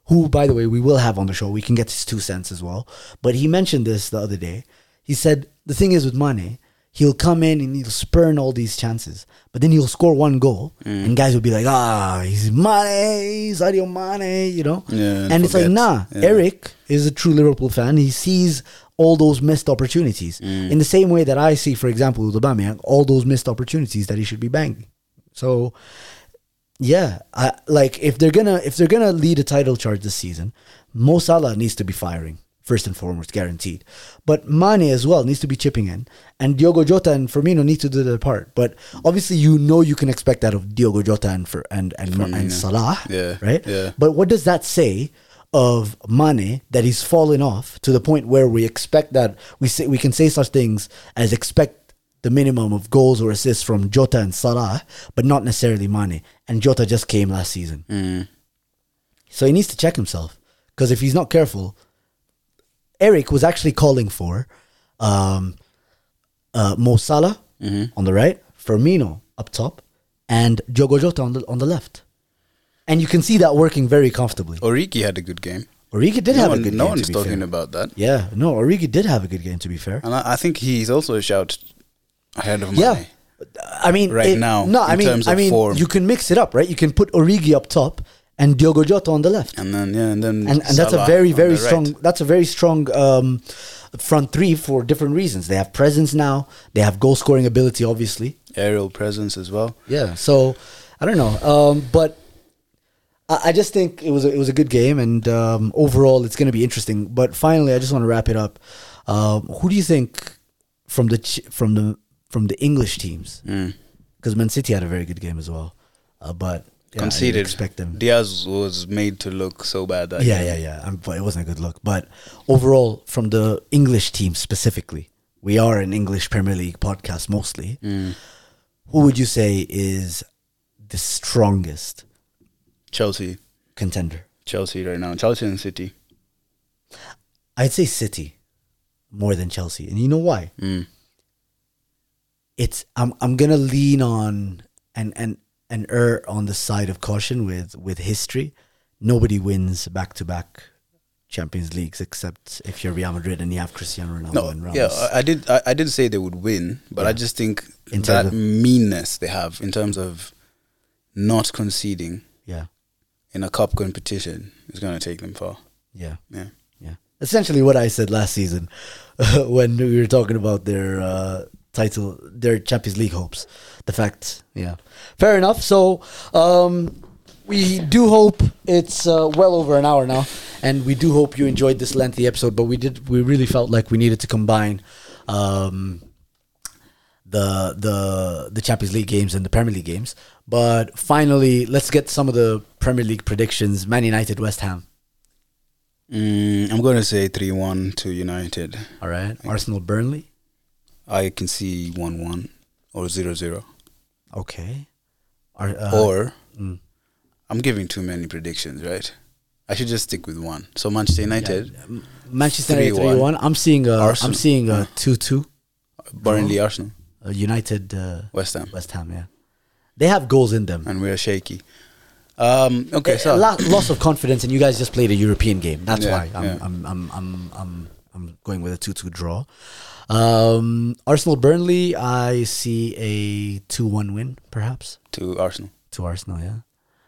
[SPEAKER 1] who by the way we will have on the show. We can get his two cents as well. But he mentioned this the other day. He said the thing is with Mane. He'll come in and he'll spurn all these chances, but then he'll score one goal,
[SPEAKER 2] Mm.
[SPEAKER 1] and guys will be like, "Ah, he's Mane, he's Sadio Mane," you know.
[SPEAKER 2] Yeah,
[SPEAKER 1] and it's like,
[SPEAKER 2] forget.
[SPEAKER 1] nah,
[SPEAKER 2] Yeah.
[SPEAKER 1] Eric. Eric is a true Liverpool fan. He sees all those missed opportunities
[SPEAKER 2] Mm.
[SPEAKER 1] in the same way that I see, for example, with Aubameyang, all those missed opportunities that he should be banging. So, yeah, I, like if they're gonna if they're gonna lead a title charge this season, Mo Salah needs to be firing first and foremost, guaranteed. But Mane as well needs to be chipping in, and Diogo Jota and Firmino need to do their part. But obviously, you know you can expect that of Diogo Jota and for, and and, and Salah,
[SPEAKER 2] Yeah,
[SPEAKER 1] right?
[SPEAKER 2] yeah.
[SPEAKER 1] But what does that say of Mane that he's fallen off to the point where we expect that we say we can say such things as expect the minimum of goals or assists from Jota and Salah, but not necessarily Mane. And Jota just came last season, so he needs to check himself because if he's not careful, Eric was actually calling for um, uh, Mo Salah on the right, Firmino up top, and Diogo Jota on the on the left. And you can see that working very comfortably.
[SPEAKER 2] Origi had a good game.
[SPEAKER 1] Origi did
[SPEAKER 2] no
[SPEAKER 1] have
[SPEAKER 2] one,
[SPEAKER 1] a good
[SPEAKER 2] no
[SPEAKER 1] game.
[SPEAKER 2] one's
[SPEAKER 1] to be
[SPEAKER 2] talking
[SPEAKER 1] fair.
[SPEAKER 2] about that.
[SPEAKER 1] Yeah, no, Origi did have a good game. To be fair,
[SPEAKER 2] And I, I think he's also a shout ahead of Mane.
[SPEAKER 1] yeah. I mean,
[SPEAKER 2] Right
[SPEAKER 1] it-
[SPEAKER 2] now,
[SPEAKER 1] no, I
[SPEAKER 2] in
[SPEAKER 1] mean,
[SPEAKER 2] terms
[SPEAKER 1] I
[SPEAKER 2] of
[SPEAKER 1] mean,
[SPEAKER 2] form.
[SPEAKER 1] you can mix it up, right? You can put Origi up top and Diogo Jota on the left,
[SPEAKER 2] And then yeah, and then
[SPEAKER 1] and, and that's a
[SPEAKER 2] Salah
[SPEAKER 1] very,
[SPEAKER 2] on the
[SPEAKER 1] very
[SPEAKER 2] right.
[SPEAKER 1] strong. That's a very strong um, front three for different reasons. They have presence now. They have goal scoring ability, obviously.
[SPEAKER 2] aerial presence as well.
[SPEAKER 1] Yeah. So I don't know, um, but I, I just think it was a, it was a good game, and um, overall, it's going to be interesting. But finally, I just want to wrap it up. Um, who do you think from the ch- from the from the English teams? Because Man City had a very good game as well, uh, but yeah, I didn't
[SPEAKER 2] Conceded.
[SPEAKER 1] Expect them.
[SPEAKER 2] Diaz was made to look so bad that
[SPEAKER 1] Yeah, yeah, yeah. Um, but it wasn't a good look. But overall, from the English team specifically, we are an English Premier League podcast mostly. Who would you say is the strongest
[SPEAKER 2] Chelsea,
[SPEAKER 1] contender?
[SPEAKER 2] Chelsea right now, Chelsea and City.
[SPEAKER 1] I'd say City more than Chelsea, and you know why?
[SPEAKER 2] Mm.
[SPEAKER 1] It's I'm I'm gonna lean on and and and err on the side of caution with with history. Nobody wins back to back Champions Leagues except if you're Real Madrid and you have Cristiano Ronaldo
[SPEAKER 2] No,
[SPEAKER 1] and Ramos.
[SPEAKER 2] yeah, uh, I, I did. I, I did say they would win, but I just think
[SPEAKER 1] In terms
[SPEAKER 2] that
[SPEAKER 1] of-
[SPEAKER 2] meanness they have in terms of not conceding
[SPEAKER 1] yeah,
[SPEAKER 2] in a cup competition is going to take them far.
[SPEAKER 1] yeah,
[SPEAKER 2] Yeah,
[SPEAKER 1] yeah. Essentially, what I said last season when we were talking about their uh, title, their Champions League hopes. The fact, yeah, fair enough. So. Um, we do hope it's uh, well over an hour now, and we do hope you enjoyed this lengthy episode. But we did, we really felt like we needed to combine um, the the the Champions League games and the Premier League games. But finally, let's get some of the Premier League predictions. Man United, West Ham.
[SPEAKER 2] mm, I'm going to say three-one to United.
[SPEAKER 1] All right, Arsenal, Burnley.
[SPEAKER 2] I can see one-one or zero-zero
[SPEAKER 1] Okay. Ar- uh,
[SPEAKER 2] or I'm giving too many predictions, right? I should just stick with one. So Manchester United,
[SPEAKER 1] Manchester United 3
[SPEAKER 2] 3-1.
[SPEAKER 1] one. I'm seeing a
[SPEAKER 2] Arsenal.
[SPEAKER 1] am seeing a two two.
[SPEAKER 2] Burnley, Arsenal,
[SPEAKER 1] Uh, United uh,
[SPEAKER 2] West Ham,
[SPEAKER 1] West Ham. Yeah, they have goals in them.
[SPEAKER 2] and we are shaky. Um, okay,
[SPEAKER 1] A
[SPEAKER 2] so
[SPEAKER 1] lot, loss of confidence, and you guys just played a European game. That's
[SPEAKER 2] Yeah,
[SPEAKER 1] why I'm,
[SPEAKER 2] yeah.
[SPEAKER 1] I'm, I'm, I'm, I'm, I'm going with a two-two draw. Um, Arsenal Burnley. I see a two-one win, perhaps
[SPEAKER 2] to Arsenal,
[SPEAKER 1] to Arsenal. Yeah,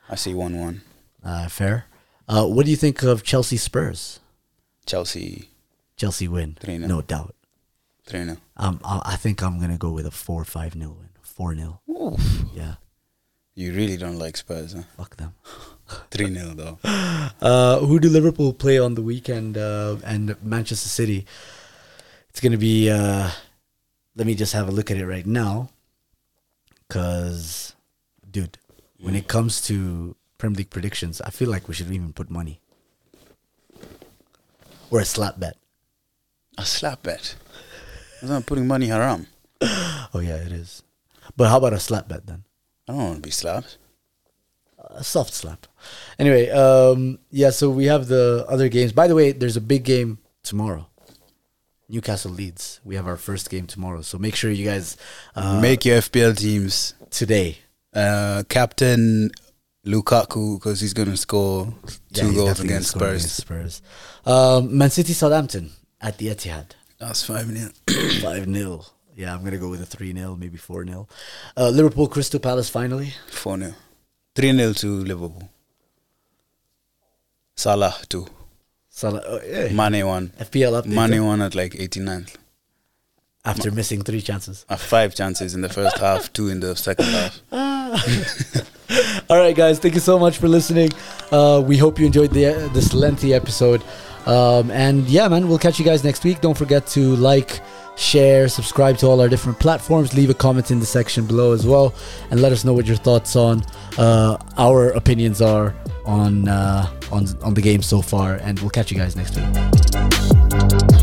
[SPEAKER 2] I see one-one.
[SPEAKER 1] uh, fair. Uh, what do you think of Chelsea Spurs?
[SPEAKER 2] Chelsea,
[SPEAKER 1] Chelsea win,
[SPEAKER 2] 3-0.
[SPEAKER 1] no doubt.
[SPEAKER 2] three 0
[SPEAKER 1] Um, I, I think I'm gonna go with a four-five nil win. Four 0 Yeah,
[SPEAKER 2] You really don't like Spurs, huh?
[SPEAKER 1] fuck them.
[SPEAKER 2] Three 0 though.
[SPEAKER 1] Uh, who do Liverpool play on the weekend uh, and Manchester City? It's going to be. Uh, let me just have a look at it right now. Because, dude, when it comes to Premier League predictions, I feel like we should even put money or a slap bet.
[SPEAKER 2] A slap bet. That's not putting money haram.
[SPEAKER 1] Oh yeah, it is. But how about a slap bet then?
[SPEAKER 2] I don't want to be slapped.
[SPEAKER 1] a soft slap. Anyway, um, yeah, so we have the other games. By the way, there's a big game tomorrow. Newcastle Leeds. We have our first game tomorrow. So make sure you guys uh,
[SPEAKER 2] Make your FPL teams.
[SPEAKER 1] today.
[SPEAKER 2] Uh, captain Lukaku because he's going to score
[SPEAKER 1] Yeah,
[SPEAKER 2] two
[SPEAKER 1] he's
[SPEAKER 2] goals
[SPEAKER 1] definitely
[SPEAKER 2] against
[SPEAKER 1] scoring
[SPEAKER 2] Spurs.
[SPEAKER 1] Spurs. Um, Man City Southampton at the Etihad.
[SPEAKER 2] That's five nil.
[SPEAKER 1] 5 0. Yeah, I'm going to go with a 3 0, maybe 4 0. Uh, Liverpool Crystal Palace finally.
[SPEAKER 2] Four nil. Three nil to Liverpool. Salah two.
[SPEAKER 1] Salah, oh, yeah.
[SPEAKER 2] Mane one.
[SPEAKER 1] FPL update
[SPEAKER 2] Mane one at like 89th.
[SPEAKER 1] after missing three chances.
[SPEAKER 2] Uh, five chances in the first half, two in the second half.
[SPEAKER 1] All right, guys, thank you so much for listening. Uh, we hope you enjoyed the, this lengthy episode. Um, and yeah, man, we'll catch you guys next week. Don't forget to like, share, subscribe to all our different platforms. Leave a comment in the section below as well, and let us know what your thoughts on uh, our opinions are on uh, on on the game so far. And we'll catch you guys next week.